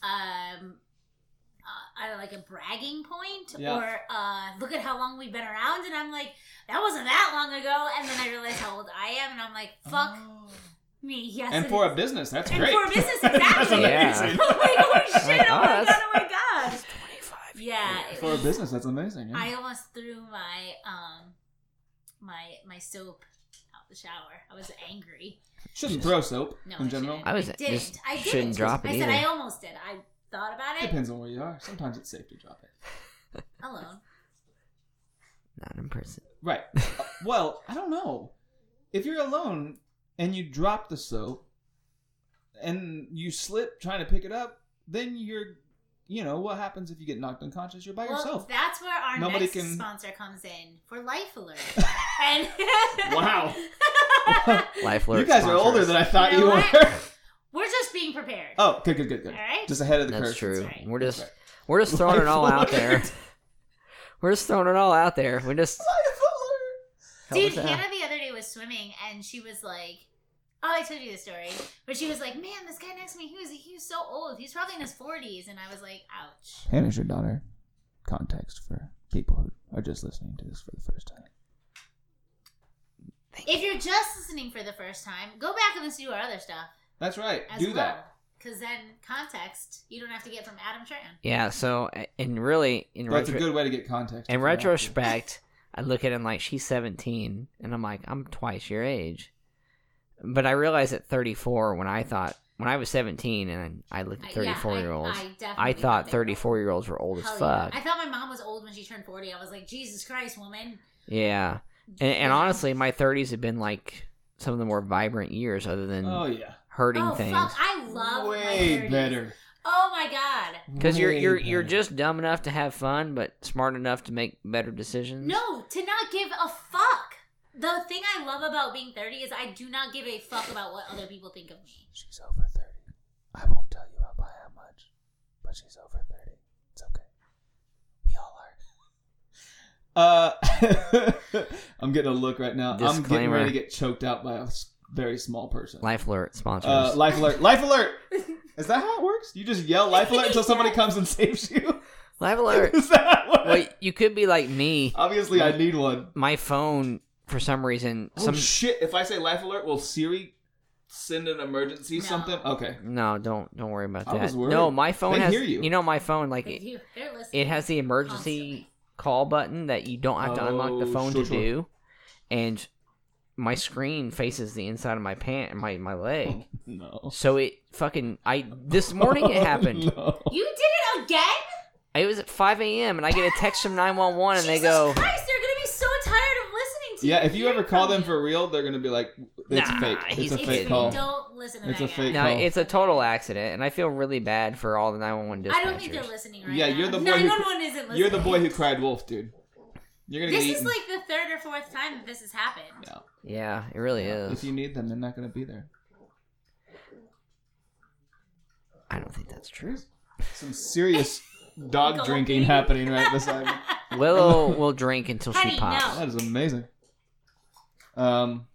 Speaker 2: um, uh, I don't know, like a bragging point,
Speaker 3: Yeah.
Speaker 2: or uh, look at how long we've been around. And I'm like, that wasn't that long ago. And then I realized how old I am, and I'm like, fuck
Speaker 3: Oh.
Speaker 2: me. Yes.
Speaker 3: And
Speaker 2: it
Speaker 3: for
Speaker 2: is.
Speaker 3: a business, that's
Speaker 2: And
Speaker 3: great.
Speaker 2: for a business,
Speaker 3: That's
Speaker 2: exactly.
Speaker 3: amazing.
Speaker 2: oh my god, oh shit,
Speaker 1: Like,
Speaker 2: oh my
Speaker 1: us.
Speaker 2: god, oh my god.
Speaker 1: 25.
Speaker 2: Yeah. it
Speaker 3: For a
Speaker 2: was-
Speaker 3: business, that's amazing. Yeah.
Speaker 2: I almost threw my um my my soap out the shower. I was angry.
Speaker 3: Shouldn't throw soap
Speaker 2: No, I
Speaker 3: in general.
Speaker 2: shouldn't.
Speaker 1: I was-
Speaker 2: didn't.
Speaker 1: just
Speaker 2: I didn't.
Speaker 1: shouldn't drop it
Speaker 2: I said
Speaker 1: either.
Speaker 2: I almost did. I thought about it
Speaker 3: Depends on where you are. Sometimes it's safe to drop it.
Speaker 2: alone.
Speaker 1: Not in person.
Speaker 3: Right. Uh, well, I don't know. If you're alone and you drop the soap and you slip trying to pick it up, then you're, you know, what happens if you get knocked unconscious? You're by
Speaker 2: well,
Speaker 3: yourself.
Speaker 2: that's where our
Speaker 3: Nobody
Speaker 2: next
Speaker 3: can-
Speaker 2: sponsor comes in for Life Alert. and
Speaker 3: Wow.
Speaker 1: Life
Speaker 3: You guys are older than I thought you,
Speaker 2: You know
Speaker 3: were.
Speaker 2: We're just being prepared.
Speaker 3: oh, good, good, good,
Speaker 2: All
Speaker 3: good.
Speaker 2: right.
Speaker 3: Just ahead of the
Speaker 1: That's
Speaker 3: curve.
Speaker 1: true.
Speaker 2: That's right.
Speaker 1: We're just
Speaker 3: That's
Speaker 1: we're just throwing it all
Speaker 3: Life
Speaker 1: out there.
Speaker 3: alert.
Speaker 1: We're just throwing it all out there. We just help
Speaker 2: Dude,
Speaker 1: us out.
Speaker 2: Hannah the other day was swimming and she was like, "Oh, I told you the story," but she was like, "Man, this guy next to me, he was he was so old. He's probably in his forties. And I was like, "Ouch."
Speaker 3: Hannah's your daughter. Context for people who are just listening to this for the first time.
Speaker 2: If you're just listening for the first time, go back and listen to our other stuff
Speaker 3: That's right.
Speaker 2: as
Speaker 3: Do
Speaker 2: well.
Speaker 3: that.
Speaker 2: Because then context you don't have to get from Adam Tran.
Speaker 1: Yeah. So, and really, in
Speaker 3: That's
Speaker 1: retro-
Speaker 3: a good way to get context.
Speaker 1: In
Speaker 3: for that.
Speaker 1: retrospect, I look at him like she's 17, and I'm like, I'm twice your age. But I realized at 34, when I thought, when I was 17 and I looked
Speaker 2: I-
Speaker 1: at
Speaker 2: Uh, yeah,
Speaker 1: 34 year olds,
Speaker 2: I,
Speaker 1: I,
Speaker 2: definitely
Speaker 1: thought
Speaker 2: they were
Speaker 1: 34 year olds were old
Speaker 2: old.
Speaker 1: as
Speaker 2: Hell yeah.
Speaker 1: fuck.
Speaker 2: I thought my mom was old when she turned forty. I was like, Jesus Christ, woman.
Speaker 1: Yeah. And, and honestly, my 30s have been like some of the more vibrant years, other than
Speaker 3: Oh, yeah.
Speaker 1: hurting
Speaker 2: oh
Speaker 1: things.
Speaker 2: fuck, I love
Speaker 3: Way
Speaker 2: my 30s.
Speaker 3: better.
Speaker 2: Oh my god.
Speaker 1: Because you're
Speaker 3: Way
Speaker 1: you're you're
Speaker 3: better.
Speaker 1: just dumb enough to have fun, but smart enough to make better decisions.
Speaker 2: No, to not give a fuck. The thing I love about being 30 is I do not give a fuck about what other people think of me.
Speaker 3: She's over 30. I won't tell you by how much, but she's over 30. It's okay. We all are. Uh, I'm getting a look right now. I'm getting
Speaker 1: Disclaimer.
Speaker 3: ready to get choked out by a s- very small person.
Speaker 1: Life alert sponsors.
Speaker 3: Uh, life alert. Life alert! Is that how it works? You just yell life alert until somebody comes and saves you?
Speaker 1: Life alert.
Speaker 3: Is that how it
Speaker 1: well,
Speaker 3: works?
Speaker 1: you could be like me.
Speaker 3: Obviously, I need one.
Speaker 1: my phone for some reason
Speaker 3: Oh,
Speaker 1: some
Speaker 3: shit. If I say life alert, will Siri send an emergency
Speaker 2: No.
Speaker 3: something? Okay.
Speaker 1: No, don't don't worry about
Speaker 3: I
Speaker 1: that.
Speaker 3: was worried.
Speaker 1: No, my phone
Speaker 3: They
Speaker 1: has.
Speaker 3: hear you.
Speaker 1: know, my phone like
Speaker 2: If
Speaker 1: it,
Speaker 2: you, they're listening.
Speaker 1: it has the emergency call button that you don't have to unlock the
Speaker 3: Oh,
Speaker 1: phone
Speaker 3: sure,
Speaker 1: to
Speaker 3: sure.
Speaker 1: do, and my screen faces the inside of my pant, my my leg.
Speaker 3: Oh. No.
Speaker 1: So it fucking I this morning it happened.
Speaker 3: No.
Speaker 2: You did it again?
Speaker 1: It was at 5 a.m. and I get a text from 911 and they go,
Speaker 2: Jesus Christ, they're gonna be so tired of listening to you.
Speaker 3: Yeah, if you
Speaker 2: hearing
Speaker 3: ever call
Speaker 2: from
Speaker 3: them
Speaker 2: you.
Speaker 3: for real, they're gonna be like, "It's
Speaker 1: Nah,
Speaker 3: fake.
Speaker 1: he's
Speaker 3: It's a
Speaker 2: it's
Speaker 3: fake
Speaker 1: kidding.
Speaker 3: call."
Speaker 2: Don't listen to
Speaker 3: It's
Speaker 2: that
Speaker 3: a
Speaker 2: guy.
Speaker 3: fake
Speaker 1: "No,
Speaker 3: call.
Speaker 1: it's a total accident." And I feel really bad for all the 911 dispatchers.
Speaker 2: I don't think they're listening right
Speaker 3: Yeah,
Speaker 2: now.
Speaker 3: you're the boy who-
Speaker 2: 911 isn't listening.
Speaker 3: You're the boy who cried wolf, dude. You're gonna
Speaker 2: This
Speaker 3: get
Speaker 2: is
Speaker 3: eaten.
Speaker 2: like the third or fourth time that this has happened.
Speaker 3: Yeah.
Speaker 1: Yeah, it really
Speaker 3: If
Speaker 1: is.
Speaker 3: you need them, they're not gonna be there.
Speaker 1: I don't think that's true.
Speaker 3: Some serious dog
Speaker 2: Gulping.
Speaker 3: drinking happening right beside me.
Speaker 1: Willow will drink until
Speaker 2: How do
Speaker 1: she
Speaker 2: you
Speaker 1: pops.
Speaker 2: know?
Speaker 3: That is amazing. Um,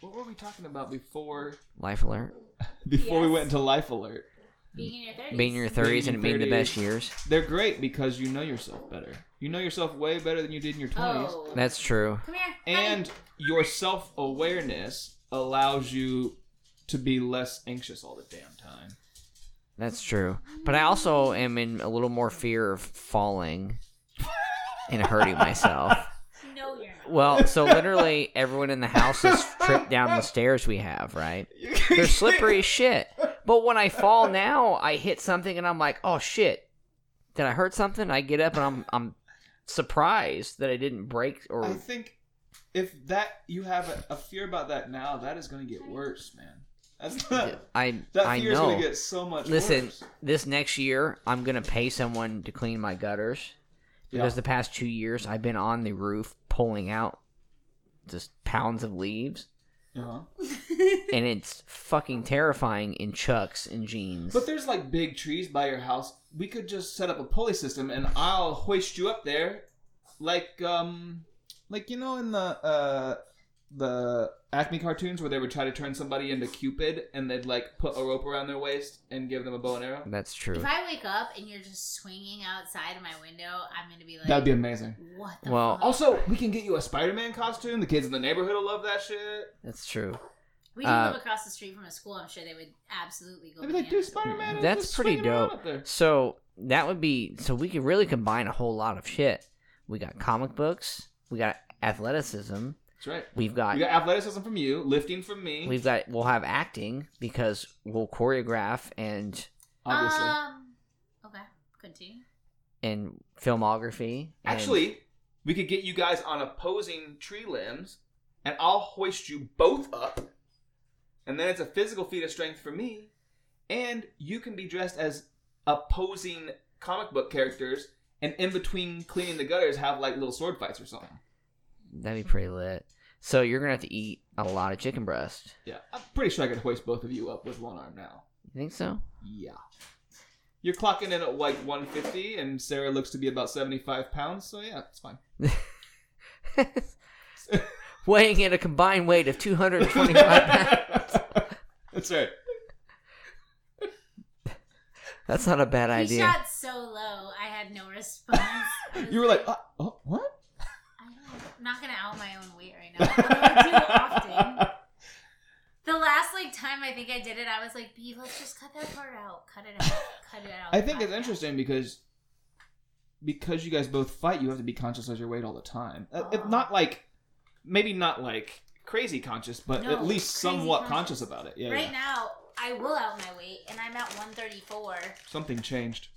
Speaker 3: what were we talking about before
Speaker 1: Life alert.
Speaker 3: before we
Speaker 2: Yes.
Speaker 3: went into life alert?
Speaker 2: Being in your 30s.
Speaker 1: Being in your 30s and being the
Speaker 3: 30s.
Speaker 1: best years.
Speaker 3: They're great because you know yourself better. You know yourself way better than you did in your twenties.
Speaker 2: Oh.
Speaker 1: That's true.
Speaker 2: Come here.
Speaker 3: and your self awareness allows you to be less anxious all the damn time.
Speaker 1: That's true. But I also am in a little more fear of falling and hurting myself.
Speaker 2: honey. No, you're not.
Speaker 1: Well, so literally everyone in the house has tripped down the stairs we have, right? They're slippery as shit. But when I fall now, I hit something and I'm like, oh shit. Did I hurt something? I get up and I'm I'm surprised that I didn't break or
Speaker 3: I think if that you have a, a fear about that now, that is going to get worse, man. That's not,
Speaker 1: I
Speaker 3: that
Speaker 1: I
Speaker 3: fear is
Speaker 1: know.
Speaker 3: going to get so much.
Speaker 1: Listen,
Speaker 3: worse.
Speaker 1: this next year I'm gonna pay someone to clean my gutters because
Speaker 3: Yeah.
Speaker 1: the past two years I've been on the roof pulling out just pounds of leaves,
Speaker 3: Uh-huh.
Speaker 1: and it's fucking terrifying in chucks and jeans.
Speaker 3: But there's like big trees by your house. We could just set up a pulley system, and I'll hoist you up there, like um, like you know in the uh, the Acme cartoons where they would try to turn somebody into Cupid, and they'd like put a rope around their waist and give them a bow and arrow.
Speaker 1: That's true.
Speaker 2: If I wake up and you're just swinging outside of my window, I'm gonna be like,
Speaker 3: That'd be amazing.
Speaker 2: what the
Speaker 1: Well-
Speaker 2: fuck?
Speaker 3: Also, we can get you a Spider-Man costume. The kids in the neighborhood will love that shit.
Speaker 1: That's true.
Speaker 2: We do
Speaker 1: uh,
Speaker 2: live across the street from a school. I'm sure they would absolutely go.
Speaker 3: They'd be like, "Dude,
Speaker 2: bananas over
Speaker 3: Spider-Man!"
Speaker 2: it.
Speaker 3: is
Speaker 1: That's
Speaker 3: just
Speaker 1: pretty
Speaker 3: swinging around
Speaker 1: dope.
Speaker 3: up there."
Speaker 1: So that would be so we could really combine a whole lot of shit. We got comic books. We got athleticism.
Speaker 3: That's right.
Speaker 1: We've got
Speaker 3: We got athleticism from you, lifting from me.
Speaker 1: we've got we'll have acting because we'll choreograph and
Speaker 3: obviously,
Speaker 2: Um, okay, continue.
Speaker 1: and filmography. and-
Speaker 3: Actually, we could get you guys on opposing tree limbs, and I'll hoist you both up, and then it's a physical feat of strength for me, and you can be dressed as opposing comic book characters, and in between cleaning the gutters, have like little sword fights or something.
Speaker 1: that'd be pretty lit. So you're gonna have to eat a lot of chicken breast.
Speaker 3: Yeah, I'm pretty sure I could hoist both of you up with one arm now.
Speaker 1: You think so?
Speaker 3: Yeah. You're clocking in at like 150, and Sarah looks to be about 75 pounds, so yeah, it's fine.
Speaker 1: Weighing in a combined weight of 225 pounds.
Speaker 3: That's right.
Speaker 1: That's not a bad
Speaker 2: He
Speaker 1: idea.
Speaker 2: shot so low, I had no response. I was
Speaker 3: You were like, uh, oh, what?
Speaker 2: I'm not gonna out my own weight right now. I do it often. The last like time I think I did it, I was like, "B, let's just cut that part out. Cut it out. Cut it out."
Speaker 3: I think
Speaker 2: Cut
Speaker 3: it's
Speaker 2: it out."
Speaker 3: interesting because because you guys both fight, you have to be conscious of your weight all the time. Uh, If not
Speaker 2: Oh.
Speaker 3: like maybe not like crazy conscious, but
Speaker 2: No,
Speaker 3: at least
Speaker 2: crazy
Speaker 3: somewhat
Speaker 2: conscious.
Speaker 3: conscious. about it. Yeah,
Speaker 2: right
Speaker 3: yeah.
Speaker 2: now, I will out my weight, and I'm at 134.
Speaker 3: Something changed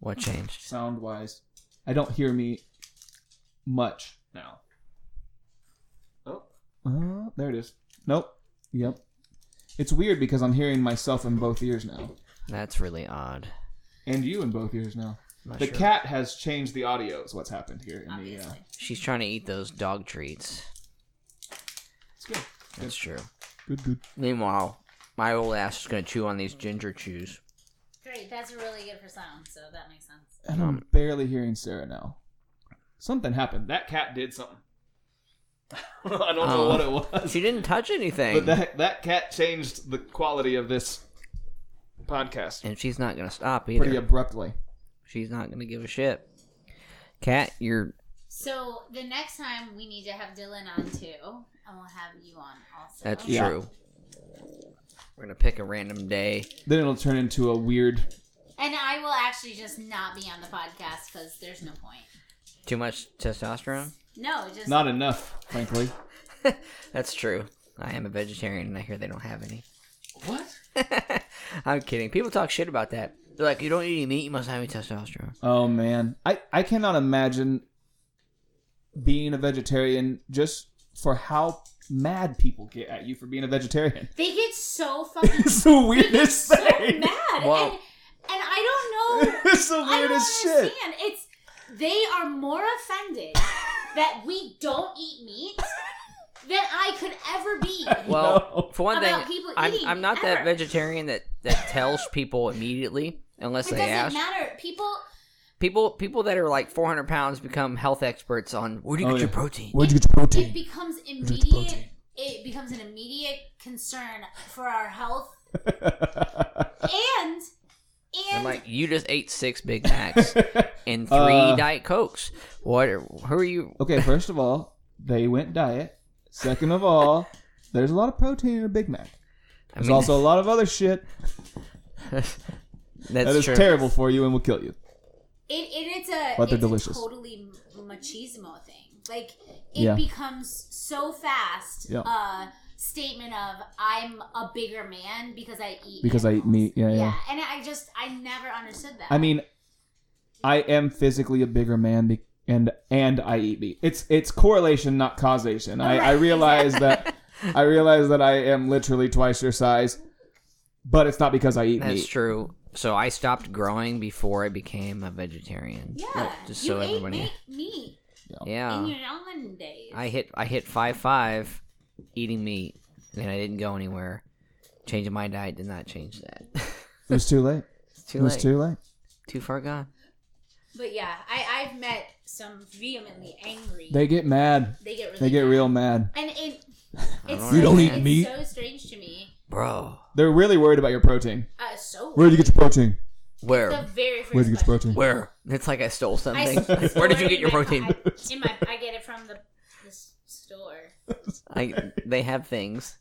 Speaker 1: What changed?
Speaker 3: sound wise. I don't hear me much now. Oh, uh, there it is. Nope. Yep. It's weird because I'm hearing myself in both ears now,
Speaker 1: That's really odd.
Speaker 3: and you in both ears now.
Speaker 1: I'm not
Speaker 3: The
Speaker 1: sure.
Speaker 3: cat has changed the audio. Is what's happened here in the. Uh,
Speaker 2: Obviously,
Speaker 1: She's trying to eat those dog treats.
Speaker 3: it's good.
Speaker 1: That's true.
Speaker 3: Good. Good.
Speaker 1: Meanwhile, my old ass is gonna chew on these ginger chews.
Speaker 2: great. That's really good for sound, so that makes sense.
Speaker 3: And I'm barely hearing Sarah now. Something happened. That cat did something. I don't know
Speaker 1: Oh.
Speaker 3: what it was.
Speaker 1: She didn't touch anything,
Speaker 3: But that that cat changed the quality of this podcast
Speaker 1: and she's not gonna stop either.
Speaker 3: pretty abruptly.
Speaker 1: She's not gonna give a shit. Cat, you're
Speaker 2: So the next time we need to have Dylan on too. and we'll have you on also.
Speaker 1: That's
Speaker 3: Yeah.
Speaker 1: true. We're gonna pick a random day.
Speaker 3: Then it'll turn into a weird.
Speaker 2: And I will actually just not be on the podcast because there's no point.
Speaker 1: Too much testosterone.
Speaker 2: No, just
Speaker 3: Not enough, frankly.
Speaker 1: That's true. I am a vegetarian, and I hear they don't have any.
Speaker 3: What?
Speaker 1: I'm kidding. People talk shit about that. They're like, you don't eat any meat, you must have any testosterone.
Speaker 3: Oh man, I I cannot imagine being a vegetarian just for how mad people get at you for being a vegetarian.
Speaker 2: they get so fucking
Speaker 3: It's the weirdest
Speaker 2: so
Speaker 3: thing.
Speaker 2: mad,
Speaker 1: Whoa.
Speaker 2: and and I don't know.
Speaker 3: it's the
Speaker 2: I don't
Speaker 3: weirdest
Speaker 2: understand.
Speaker 3: shit.
Speaker 2: It's they are more offended that we don't eat meat than I could ever be.
Speaker 1: Well,
Speaker 3: No.
Speaker 1: for one thing,
Speaker 2: About people
Speaker 1: I'm,
Speaker 2: eating
Speaker 1: I'm not
Speaker 2: ever.
Speaker 1: that vegetarian that, that tells people immediately unless
Speaker 2: it
Speaker 1: they
Speaker 2: doesn't
Speaker 1: ask.
Speaker 2: matter. People,
Speaker 1: People people that are like 400 pounds become health experts on where do you
Speaker 3: Oh,
Speaker 1: get your
Speaker 3: yeah.
Speaker 1: protein?
Speaker 3: Where'd you get your
Speaker 2: it
Speaker 3: protein?
Speaker 2: becomes
Speaker 3: Drink
Speaker 2: immediate.
Speaker 3: protein.
Speaker 2: It becomes an immediate concern for our health and
Speaker 1: I'm
Speaker 2: and
Speaker 1: like, you just ate six Big Macs and three
Speaker 3: Uh,
Speaker 1: Diet Cokes. What? Are, who are you?
Speaker 3: okay, first of all, they went diet. Second of all, there's a lot of protein in a Big Mac.
Speaker 1: I
Speaker 3: There's
Speaker 1: mean,
Speaker 3: also a lot of other shit
Speaker 1: that's
Speaker 3: that is
Speaker 1: true.
Speaker 3: terrible for you and will kill you.
Speaker 2: It, it it's a
Speaker 3: But they're
Speaker 2: it's a
Speaker 3: delicious.
Speaker 2: totally machismo thing. Like it
Speaker 3: Yeah.
Speaker 2: becomes so fast
Speaker 3: Yeah.
Speaker 2: a statement of I'm a bigger man because I eat
Speaker 3: Because I eat meat. Yeah, yeah.
Speaker 2: Yeah, and I just I never understood that.
Speaker 3: I mean, I am physically a bigger man, be- and and I eat meat. It's it's correlation, not causation. I, I
Speaker 2: Right.
Speaker 3: realize that I realize that I am literally twice your size, but it's not because I eat
Speaker 1: That's
Speaker 3: meat.
Speaker 1: true. So I stopped growing before I became a vegetarian.
Speaker 2: yeah,
Speaker 1: Just
Speaker 2: you
Speaker 1: so
Speaker 2: ate
Speaker 1: everybody.
Speaker 2: meat, meat
Speaker 1: Yeah.
Speaker 2: in your young days.
Speaker 1: I hit I hit five five, eating meat, and I didn't go anywhere. Changing my diet did not change that.
Speaker 3: It was too late.
Speaker 1: it's
Speaker 3: It
Speaker 1: too
Speaker 3: was
Speaker 1: late. Too-,
Speaker 3: too late.
Speaker 1: far gone.
Speaker 2: but yeah, I I've met some vehemently angry.
Speaker 3: They get mad.
Speaker 2: they get really
Speaker 3: They get
Speaker 2: mad.
Speaker 3: real mad.
Speaker 2: and it. It's
Speaker 1: You
Speaker 3: don't
Speaker 2: so-
Speaker 3: eat
Speaker 2: it's
Speaker 3: meat?
Speaker 2: So strange to me.
Speaker 1: Bro.
Speaker 3: They're really worried about your protein.
Speaker 2: Uh, so
Speaker 3: Where did you get your protein?
Speaker 2: the
Speaker 1: Where?
Speaker 2: very first
Speaker 3: Where did you get your
Speaker 2: question.
Speaker 3: protein?
Speaker 1: Where? It's like I stole
Speaker 2: I
Speaker 1: something.
Speaker 2: stole
Speaker 1: Like, Where did you get
Speaker 2: it in
Speaker 1: your
Speaker 2: my-
Speaker 1: protein?
Speaker 2: I, in my, I get it from the, the s- store.
Speaker 1: I, they have things.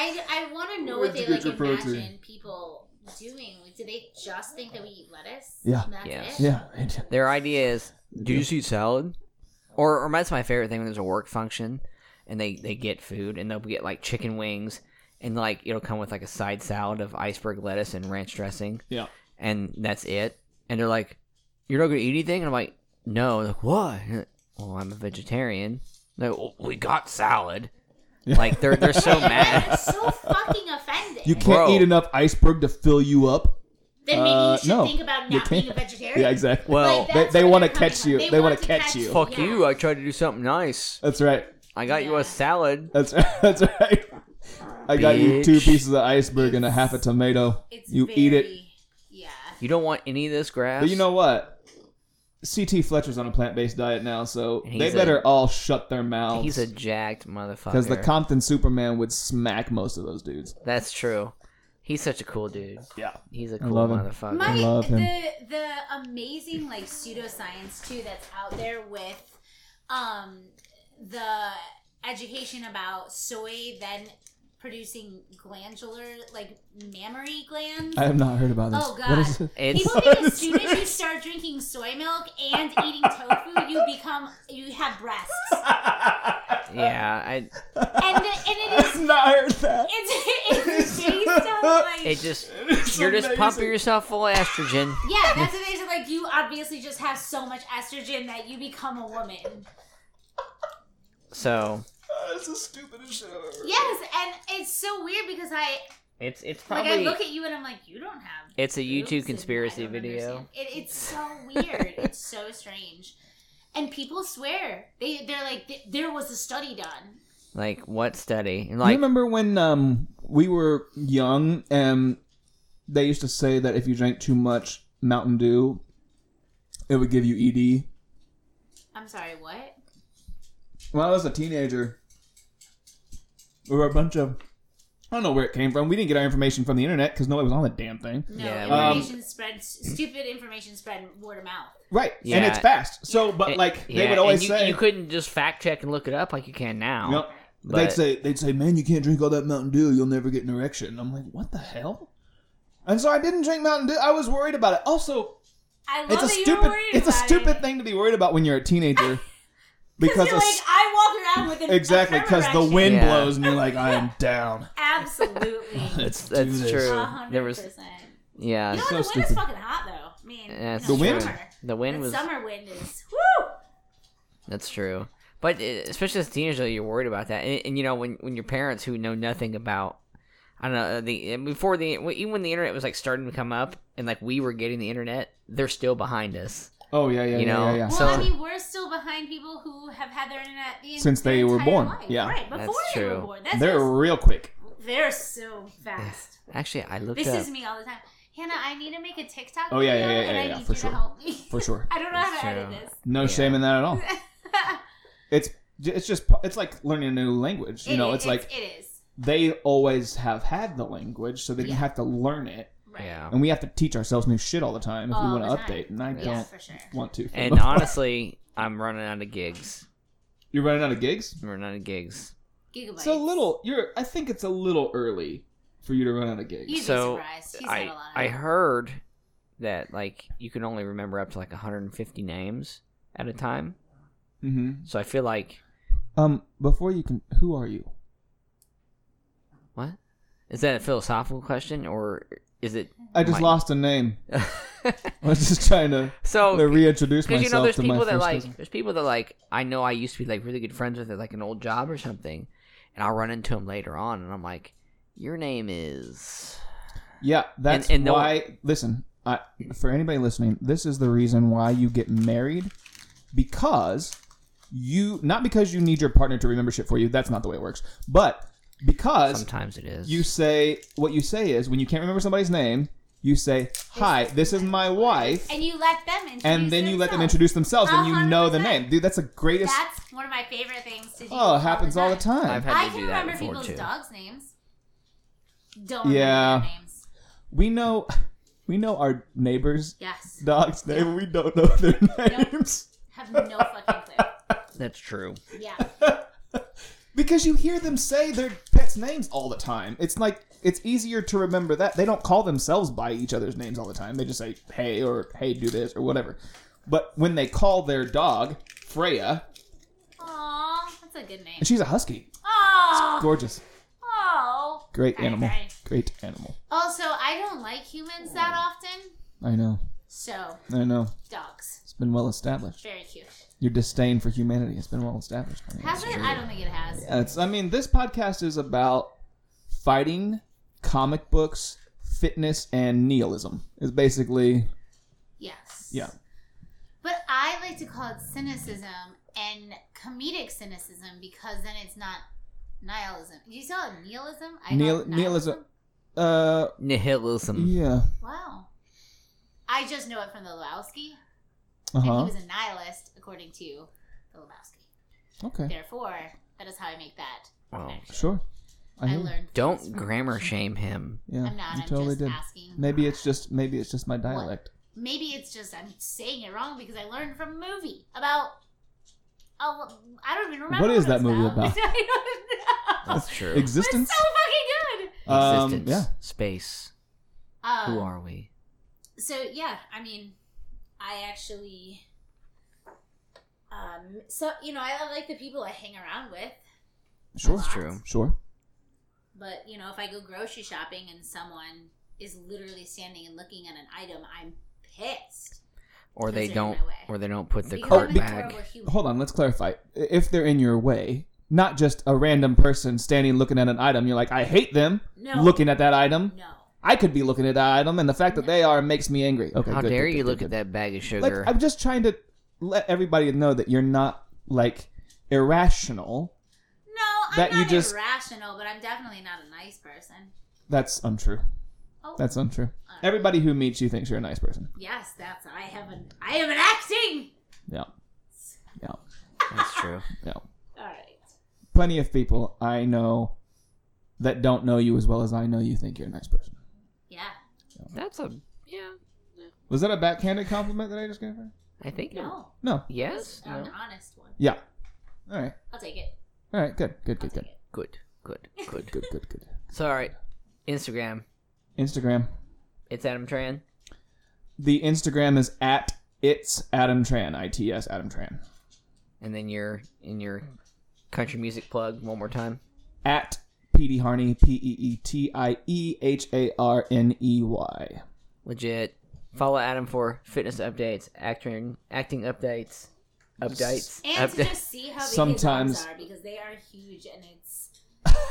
Speaker 2: I, I want to know
Speaker 3: Where'd
Speaker 2: what they
Speaker 3: you get
Speaker 2: like
Speaker 3: your
Speaker 2: imagine
Speaker 3: protein?
Speaker 2: people doing. Like, do they just think that we eat lettuce?
Speaker 3: Yeah.
Speaker 2: And that's
Speaker 1: Yes.
Speaker 2: it?
Speaker 3: Yeah.
Speaker 1: Their idea is, do you see salad? Or, or that's my favorite thing when there's a work function and they, they get food and they'll get like chicken wings and like it'll come with like a side salad of iceberg lettuce and ranch dressing.
Speaker 3: Yeah.
Speaker 1: And that's it. And they're like, you're not going to eat anything? And I'm like, no. They're like, what? And they're like, well, I'm a vegetarian. They're Like, well, we got salad. Like they're they're so mad.
Speaker 2: That is so fucking offending.
Speaker 3: You can't
Speaker 1: Bro.
Speaker 3: eat enough iceberg to fill you up.
Speaker 2: then maybe
Speaker 3: uh,
Speaker 2: you should
Speaker 3: no.
Speaker 2: think about
Speaker 3: You
Speaker 2: not being a
Speaker 3: can't.
Speaker 2: vegetarian.
Speaker 3: Yeah, exactly.
Speaker 1: Well,
Speaker 2: Like, that's
Speaker 3: they
Speaker 2: where
Speaker 3: wanna
Speaker 2: they're coming
Speaker 3: catch
Speaker 2: from.
Speaker 3: you.
Speaker 2: They,
Speaker 3: They
Speaker 2: want
Speaker 3: wanna catch you.
Speaker 1: fuck
Speaker 2: yeah.
Speaker 1: you. I tried to do something nice.
Speaker 3: That's right.
Speaker 1: I got you
Speaker 2: Yeah.
Speaker 1: a salad.
Speaker 3: That's right. That's right. I got you
Speaker 1: Bitch.
Speaker 3: two pieces of iceberg and a half a tomato.
Speaker 2: It's
Speaker 3: you eat it.
Speaker 2: very- Yeah.
Speaker 1: You don't want any of this grass.
Speaker 3: But you know what? CT Fletcher's on a plant-based diet now, so
Speaker 1: And
Speaker 3: they
Speaker 1: he's a-
Speaker 3: better all shut their mouths.
Speaker 1: he's a jacked motherfucker.
Speaker 3: because the Compton Superman would smack most of those dudes.
Speaker 1: That's true. He's such a cool dude.
Speaker 3: Yeah.
Speaker 1: He's a
Speaker 3: I
Speaker 1: cool
Speaker 3: love him.
Speaker 1: motherfucker.
Speaker 2: My
Speaker 3: love him.
Speaker 2: the the amazing like pseudoscience too that's out there with um the education about soy then producing glandular like mammary glands.
Speaker 3: I have not heard about this.
Speaker 2: Oh,
Speaker 3: What is
Speaker 2: God.
Speaker 3: it?
Speaker 1: it's
Speaker 2: People think as soon as you start drinking soy milk and eating tofu, you become you have breasts, and
Speaker 1: yeah. I
Speaker 2: the, and it is
Speaker 3: I've not heard that.
Speaker 2: it's, it's based on like
Speaker 1: it just
Speaker 3: It's
Speaker 1: you're just pumping
Speaker 3: amazing.
Speaker 1: yourself full of estrogen.
Speaker 2: yeah, that's the thing. so, Like you obviously just have so much estrogen that you become a woman.
Speaker 1: So
Speaker 3: Oh, That's the stupidest shit I've ever
Speaker 2: Yes, and it's so weird because I
Speaker 1: it's it's
Speaker 2: like I
Speaker 1: probably
Speaker 2: look at you and I'm like, you don't have.
Speaker 1: it's a
Speaker 2: boobs, and
Speaker 1: YouTube
Speaker 2: I
Speaker 1: conspiracy
Speaker 2: don't
Speaker 1: video.
Speaker 2: understand. It, it's so weird. it's so strange, and people swear they they're like "Th- there was a study done.
Speaker 1: Like what study? And
Speaker 3: Do you
Speaker 1: like
Speaker 3: remember when um, we were young and they used to say that if you drank too much Mountain Dew, it would give you E ED?
Speaker 2: I'm sorry, what?
Speaker 3: When I was a teenager, we were a bunch of I don't know where it came from. We didn't get our information from the internet because nobody was on the damn thing.
Speaker 2: No,
Speaker 1: Yeah,
Speaker 3: Um,
Speaker 2: information spread. Stupid information spread word of mouth.
Speaker 3: Right. And
Speaker 1: Yeah.
Speaker 3: it's fast. So, but
Speaker 1: It-
Speaker 3: like they
Speaker 1: yeah,
Speaker 3: would always
Speaker 1: and you,
Speaker 3: say,
Speaker 1: you couldn't just fact check and look it up like you can now.
Speaker 3: Nope. they'd
Speaker 1: but-
Speaker 3: say they'd say, "Man, you can't drink all that Mountain Dew. You'll never get an erection." And I'm like, "What the hell?" And so I didn't drink Mountain Dew. I was worried about it. Also,
Speaker 2: I love
Speaker 3: it's a
Speaker 2: that you were
Speaker 3: stupid
Speaker 2: worried
Speaker 3: it's a
Speaker 2: about
Speaker 3: stupid
Speaker 2: it.
Speaker 3: thing to be worried about when you're a teenager
Speaker 2: Because
Speaker 3: because
Speaker 2: you're
Speaker 3: a
Speaker 2: like
Speaker 3: s-
Speaker 2: I walk around with an
Speaker 3: exactly
Speaker 2: a
Speaker 3: because the
Speaker 2: erection.
Speaker 3: wind
Speaker 1: Yeah.
Speaker 3: blows and you're like, "I am down."
Speaker 2: Absolutely.
Speaker 3: Let's do
Speaker 1: That's
Speaker 3: this.
Speaker 1: true.
Speaker 2: A hundred
Speaker 1: There was-
Speaker 2: percent.
Speaker 1: Yeah,
Speaker 2: You know
Speaker 3: so
Speaker 2: what? The wind is
Speaker 3: stupid.
Speaker 2: fucking hot though. I mean,
Speaker 1: Yeah,
Speaker 2: you
Speaker 1: it's
Speaker 2: know,
Speaker 3: The wind?
Speaker 2: Summer.
Speaker 1: the wind
Speaker 2: That
Speaker 1: was
Speaker 2: summer wind is woo.
Speaker 1: that's true. But uh, especially as a teenager, you're worried about that, and, and you know when when your parents who know nothing about. I don't know the eh, before the even when the internet was like starting to come up and like we were getting the internet, they're still behind us.
Speaker 3: Oh yeah, yeah,
Speaker 1: You
Speaker 3: yeah,
Speaker 1: know?
Speaker 3: yeah, yeah.
Speaker 2: Well,
Speaker 1: So-
Speaker 2: I mean, we're still behind people who have had their internet the,
Speaker 3: Since
Speaker 2: their
Speaker 3: they were
Speaker 2: entire
Speaker 3: born.
Speaker 2: life.
Speaker 3: Yeah.
Speaker 2: right before
Speaker 1: That's
Speaker 2: they were
Speaker 1: true.
Speaker 2: born. That's
Speaker 3: They're
Speaker 2: just-
Speaker 3: real quick.
Speaker 2: they're so fast.
Speaker 1: Actually, I looked
Speaker 2: This
Speaker 1: up.
Speaker 2: is me all the time. Hannah, I need to make a TikTok.
Speaker 3: Oh, yeah,
Speaker 2: video,
Speaker 3: yeah, yeah,
Speaker 2: and
Speaker 3: yeah,
Speaker 2: I
Speaker 3: yeah,
Speaker 2: need
Speaker 3: for
Speaker 2: you
Speaker 3: sure.
Speaker 2: to help me.
Speaker 3: For sure.
Speaker 2: I don't know how to
Speaker 1: For
Speaker 2: edit
Speaker 1: sure.
Speaker 2: this.
Speaker 3: No
Speaker 1: Yeah.
Speaker 3: shame in that at all. It's it's just it's like learning a new language. You
Speaker 2: It
Speaker 3: know,
Speaker 2: is-
Speaker 3: it's like
Speaker 2: it is.
Speaker 3: they always have had the language, so they didn't have to learn it,
Speaker 2: Right.
Speaker 1: yeah,
Speaker 3: and we have to teach ourselves new shit all the time if
Speaker 2: All
Speaker 3: we
Speaker 2: the
Speaker 3: want to
Speaker 2: time.
Speaker 3: update. And I
Speaker 2: Yeah,
Speaker 3: don't
Speaker 2: for sure.
Speaker 3: want to. for
Speaker 1: and
Speaker 3: the most part.
Speaker 1: honestly, I'm running out of gigs.
Speaker 3: you're running out of gigs.
Speaker 1: I'm running out of gigs.
Speaker 2: Gigabytes.
Speaker 3: It's a little. You're. I think it's a little early for you to run out of gigs.
Speaker 2: You'd
Speaker 1: So,
Speaker 2: be surprised. He's had
Speaker 1: I
Speaker 2: a lot.
Speaker 1: I heard that like you can only remember up to like 150 names at a time.
Speaker 3: Mm-hmm.
Speaker 1: So I feel like
Speaker 3: Um. Before you can, who are you?
Speaker 1: what is that a philosophical question or is it?
Speaker 3: I just
Speaker 1: Mike.
Speaker 3: lost a name. I was just trying to, to
Speaker 1: so
Speaker 3: reintroduce
Speaker 1: because
Speaker 3: myself
Speaker 1: you know there's
Speaker 3: to my
Speaker 1: people that
Speaker 3: first
Speaker 1: like
Speaker 3: cousin.
Speaker 1: there's people that like I know I used to be like really good friends with at like an old job or something, and I'll run into them later on and I'm like, your name is
Speaker 3: Yeah, that's
Speaker 1: and they'll-
Speaker 3: why. Listen, I, for anybody listening, this is the reason why you get married because you not because you need your partner to remember shit for you. That's not the way it works. But because
Speaker 1: sometimes it is
Speaker 3: you say what you say is when you can't remember somebody's name, you say, "Hi, this is my wife,"
Speaker 2: And you let them introduce
Speaker 3: and then you let them
Speaker 2: themselves.
Speaker 3: introduce themselves, and you know the
Speaker 2: 100%.
Speaker 3: name, dude. That's the greatest.
Speaker 2: That's one of my favorite things to do.
Speaker 3: Oh, it happens all the time.
Speaker 1: I've had
Speaker 2: I
Speaker 1: to
Speaker 2: can
Speaker 1: do that
Speaker 2: remember
Speaker 1: before
Speaker 2: people's
Speaker 1: too.
Speaker 2: dogs' names. Don't
Speaker 3: Yeah.
Speaker 2: remember their names.
Speaker 3: We know, we know our neighbors'
Speaker 2: Yes.
Speaker 3: dogs' name. We don't know their names.
Speaker 2: Have no fucking clue.
Speaker 1: That's true.
Speaker 2: Yeah.
Speaker 3: Because you hear them say their pets' names all the time. It's like it's easier to remember that. They don't call themselves by each other's names all the time. They just say hey or hey do this or whatever. But when they call their dog Freya,
Speaker 2: Aww, that's a good name.
Speaker 3: and she's a husky.
Speaker 2: Aww.
Speaker 3: Gorgeous.
Speaker 2: Oh.
Speaker 3: Great
Speaker 2: All right,
Speaker 3: animal.
Speaker 2: all right.
Speaker 3: Great animal.
Speaker 2: Also, I don't like humans that often,
Speaker 3: I know.
Speaker 2: so
Speaker 3: I know.
Speaker 2: dogs.
Speaker 3: It's been well established.
Speaker 2: Very cute.
Speaker 3: Your disdain for humanity has been well established. I mean,
Speaker 2: Has it? I don't think it has.
Speaker 3: It's, I mean, this podcast is about fighting, comic books, fitness, and nihilism. Is basically
Speaker 2: Yes.
Speaker 3: yeah.
Speaker 2: But I like to call it cynicism and comedic cynicism because then it's not nihilism. You saw it nihilism? I
Speaker 3: Nihil-
Speaker 2: don't-
Speaker 3: nihilism. Uh,
Speaker 1: Nihilism.
Speaker 3: yeah.
Speaker 2: Wow. I just know it from the Lebowski.
Speaker 3: Uh
Speaker 2: And
Speaker 3: huh.
Speaker 2: he was a nihilist, according to the Lebowski.
Speaker 3: Okay.
Speaker 2: Therefore, that is how I make that.
Speaker 1: Wow.
Speaker 2: connection.
Speaker 3: Sure. I,
Speaker 2: I
Speaker 3: hear you.
Speaker 2: learned.
Speaker 1: Don't
Speaker 2: things from-
Speaker 1: grammar shame him.
Speaker 3: Yeah,
Speaker 2: I'm not.
Speaker 3: you
Speaker 2: I'm
Speaker 3: totally
Speaker 2: just
Speaker 3: did.
Speaker 2: asking.
Speaker 3: Maybe it's just maybe it's just my dialect.
Speaker 2: Maybe it's just I'm saying it wrong because I learned from a movie about. I'll, I don't even remember.
Speaker 3: What is
Speaker 2: it was
Speaker 3: that movie about?
Speaker 2: I don't know.
Speaker 1: That's true.
Speaker 3: Existence.
Speaker 2: It's so fucking good.
Speaker 3: Um,
Speaker 1: Existence.
Speaker 3: yeah.
Speaker 1: Space.
Speaker 2: Um,
Speaker 1: Who are we?
Speaker 2: So yeah, I mean, I actually, um, so you know, I, I like the people I hang around with,
Speaker 3: Sure.
Speaker 1: That's true.
Speaker 3: Sure.
Speaker 2: but you know, if I go grocery shopping and someone is literally standing and looking at an item, I'm pissed.
Speaker 1: Or they
Speaker 2: Those are
Speaker 1: don't.
Speaker 2: my way.
Speaker 1: Or they don't put their
Speaker 2: because
Speaker 1: cart
Speaker 2: I'm a
Speaker 1: back.
Speaker 2: horrible human.
Speaker 3: Hold on. Let's clarify. If they're in your way, not just a random person standing looking at an item, you're like, I hate them
Speaker 2: No.
Speaker 3: looking at that item.
Speaker 2: No.
Speaker 3: I could be looking at that item, and the fact that they are makes me angry. Okay.
Speaker 1: How
Speaker 3: good,
Speaker 1: dare
Speaker 3: good,
Speaker 1: you
Speaker 3: good,
Speaker 1: look
Speaker 3: good,
Speaker 1: at that bag of
Speaker 3: good.
Speaker 1: sugar?
Speaker 3: Like, I'm just trying to let everybody know that you're not like irrational.
Speaker 2: No, I'm
Speaker 3: That
Speaker 2: not
Speaker 3: you just-
Speaker 2: irrational, but I'm definitely not a nice person.
Speaker 3: That's untrue.
Speaker 2: Oh,
Speaker 3: That's untrue. Everybody who meets you thinks you're a nice person.
Speaker 2: yes, that's I have an I am an acting.
Speaker 3: Yeah. Yeah.
Speaker 1: That's true.
Speaker 3: Yeah.
Speaker 2: All right.
Speaker 3: Plenty of people I know that don't know you as well as I know you think you're a nice person.
Speaker 2: Yeah.
Speaker 1: That's a yeah.
Speaker 3: Was that a backhanded compliment that I just gave her?
Speaker 1: I think it-
Speaker 2: No.
Speaker 3: No.
Speaker 1: Yes.
Speaker 2: An
Speaker 1: No.
Speaker 2: honest one.
Speaker 3: Yeah. All right.
Speaker 2: I'll take it.
Speaker 3: All right. Good. Good.
Speaker 2: I'll take
Speaker 3: Good. Good.
Speaker 2: it.
Speaker 1: Good. Good. Good.
Speaker 3: Good. Good. Good.
Speaker 1: so all right, Instagram.
Speaker 3: Instagram.
Speaker 1: It's Adam Tran.
Speaker 3: The Instagram is at it's Adam Tran. I T S Adam Tran.
Speaker 1: and then your in your country music plug one more time.
Speaker 3: At Petey Harney. P E E T I E H A R N E Y.
Speaker 1: Legit. Follow Adam for fitness updates, acting acting updates, updates,
Speaker 2: And to
Speaker 1: updates.
Speaker 2: just see how big
Speaker 3: Sometimes-
Speaker 2: his arms are because they are huge and it's.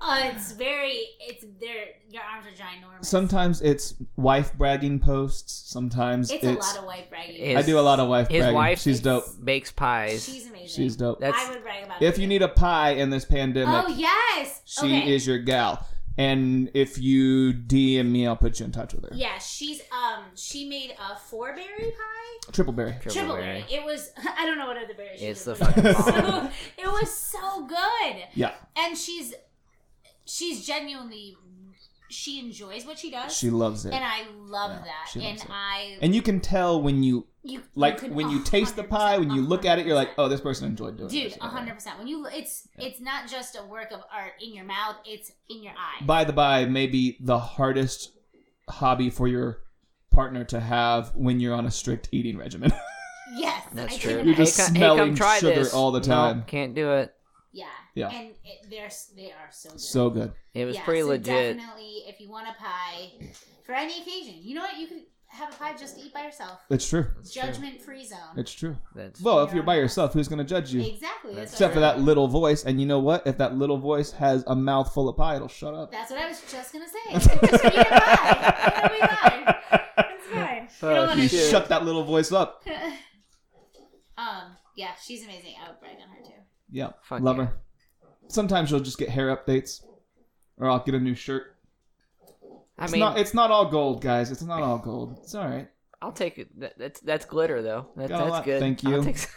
Speaker 2: Uh, it's very. It's their your arms are ginormous.
Speaker 3: Sometimes it's wife bragging posts. Sometimes
Speaker 2: it's,
Speaker 3: it's.
Speaker 2: a lot of white bragging.
Speaker 1: His-
Speaker 3: I do a lot of wife
Speaker 1: His
Speaker 3: bragging.
Speaker 1: wife
Speaker 3: She's dope.
Speaker 1: bakes pies.
Speaker 2: She's amazing.
Speaker 3: She's dope.
Speaker 1: That's-
Speaker 2: I would brag about.
Speaker 3: If you
Speaker 2: her.
Speaker 3: need a pie in this pandemic,
Speaker 2: Oh yes.
Speaker 3: she
Speaker 2: okay.
Speaker 3: is your gal. And if you DM me, I'll put you in touch with her.
Speaker 2: Yeah, she's um she made a four berry pie.
Speaker 3: Tripleberry.
Speaker 1: Triple
Speaker 2: Triple
Speaker 1: berry.
Speaker 2: berry. It was I don't know what other berries. she
Speaker 1: It's
Speaker 2: was
Speaker 1: the
Speaker 2: putting in.
Speaker 3: fucking
Speaker 2: So, it was so good.
Speaker 3: Yeah.
Speaker 2: And she's she's genuinely she enjoys what she does.
Speaker 3: She loves it.
Speaker 2: and I love
Speaker 3: Yeah,
Speaker 2: that.
Speaker 3: she
Speaker 2: And
Speaker 3: loves it.
Speaker 2: I
Speaker 3: And you can tell when you
Speaker 2: you
Speaker 3: like
Speaker 2: can
Speaker 3: when you taste the pie, when you look at it, you're like,
Speaker 2: 100%.
Speaker 3: oh, this person enjoyed doing
Speaker 2: Dude,
Speaker 3: this.
Speaker 2: hundred percent. When you it's it's not just a work of art in your mouth; it's in your eye.
Speaker 3: By the by, maybe the hardest hobby for your partner to have when you're on a strict eating regimen.
Speaker 2: yes,
Speaker 1: That's
Speaker 2: I
Speaker 1: true.
Speaker 2: couldn't
Speaker 3: You're just
Speaker 1: hey, come, hey,
Speaker 3: smelling
Speaker 1: come try
Speaker 3: sugar
Speaker 1: this.
Speaker 3: all the
Speaker 1: No,
Speaker 3: time.
Speaker 1: can't do it.
Speaker 2: Yeah.
Speaker 3: Yeah.
Speaker 2: And it, they're s- they are so good.
Speaker 3: so good.
Speaker 1: It was
Speaker 2: Yeah,
Speaker 1: pretty
Speaker 2: so
Speaker 1: legit.
Speaker 2: Definitely, if you want a pie for any occasion, you know what? You can have a pie just to eat by yourself.
Speaker 3: It's true.
Speaker 2: Judgment free zone.
Speaker 3: It's true.
Speaker 1: That's
Speaker 3: Well, if you're by yourself, who's going to judge you?
Speaker 2: Exactly.
Speaker 1: That's
Speaker 2: what
Speaker 3: Except for
Speaker 2: I-
Speaker 3: that little voice. And you know what? If that little voice has a mouthful of pie, it'll shut up.
Speaker 2: That's what I was just gonna say. So just eat a pie. It'll be fine. It's fine. You
Speaker 1: Oh,
Speaker 2: don't wanna
Speaker 3: You
Speaker 1: shit.
Speaker 3: shut that little voice up.
Speaker 2: um. Yeah, she's amazing. I would brag on her too.
Speaker 3: Yeah.
Speaker 1: Fuck
Speaker 3: Love
Speaker 1: yeah.
Speaker 3: her. Sometimes you'll just get hair updates, or I'll get a new shirt.
Speaker 1: I
Speaker 3: It's
Speaker 1: mean,
Speaker 3: not, it's not all gold, guys. It's not all gold. It's all right.
Speaker 1: I'll take it. That, that's that's glitter though. That,
Speaker 3: Got a
Speaker 1: that's
Speaker 3: lot.
Speaker 1: good.
Speaker 3: Thank
Speaker 1: I'll
Speaker 3: you.
Speaker 1: take s-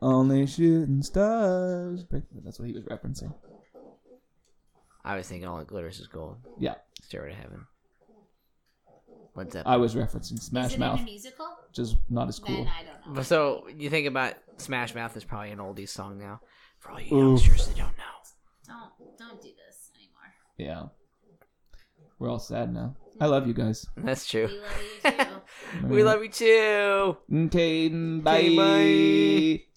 Speaker 3: Only shooting stars. That's what he was referencing.
Speaker 1: I was thinking all that glitters is gold.
Speaker 3: Yeah, Uh,
Speaker 1: Stairway to heaven. What's up?
Speaker 3: I was referencing
Speaker 2: Is
Speaker 3: Smash
Speaker 2: it
Speaker 3: Mouth,
Speaker 2: in a musical?
Speaker 3: which is not as cool.
Speaker 2: Then I don't know.
Speaker 1: But so you think about Smash Mouth is probably an oldies song now. For all you
Speaker 3: Oof.
Speaker 1: youngsters that don't know,
Speaker 2: Don't don't do this anymore.
Speaker 3: Yeah. We're all sad now. I love you guys.
Speaker 1: that's true.
Speaker 2: We love you too.
Speaker 1: We love you too.
Speaker 3: Okay, bye.
Speaker 1: Okay, bye.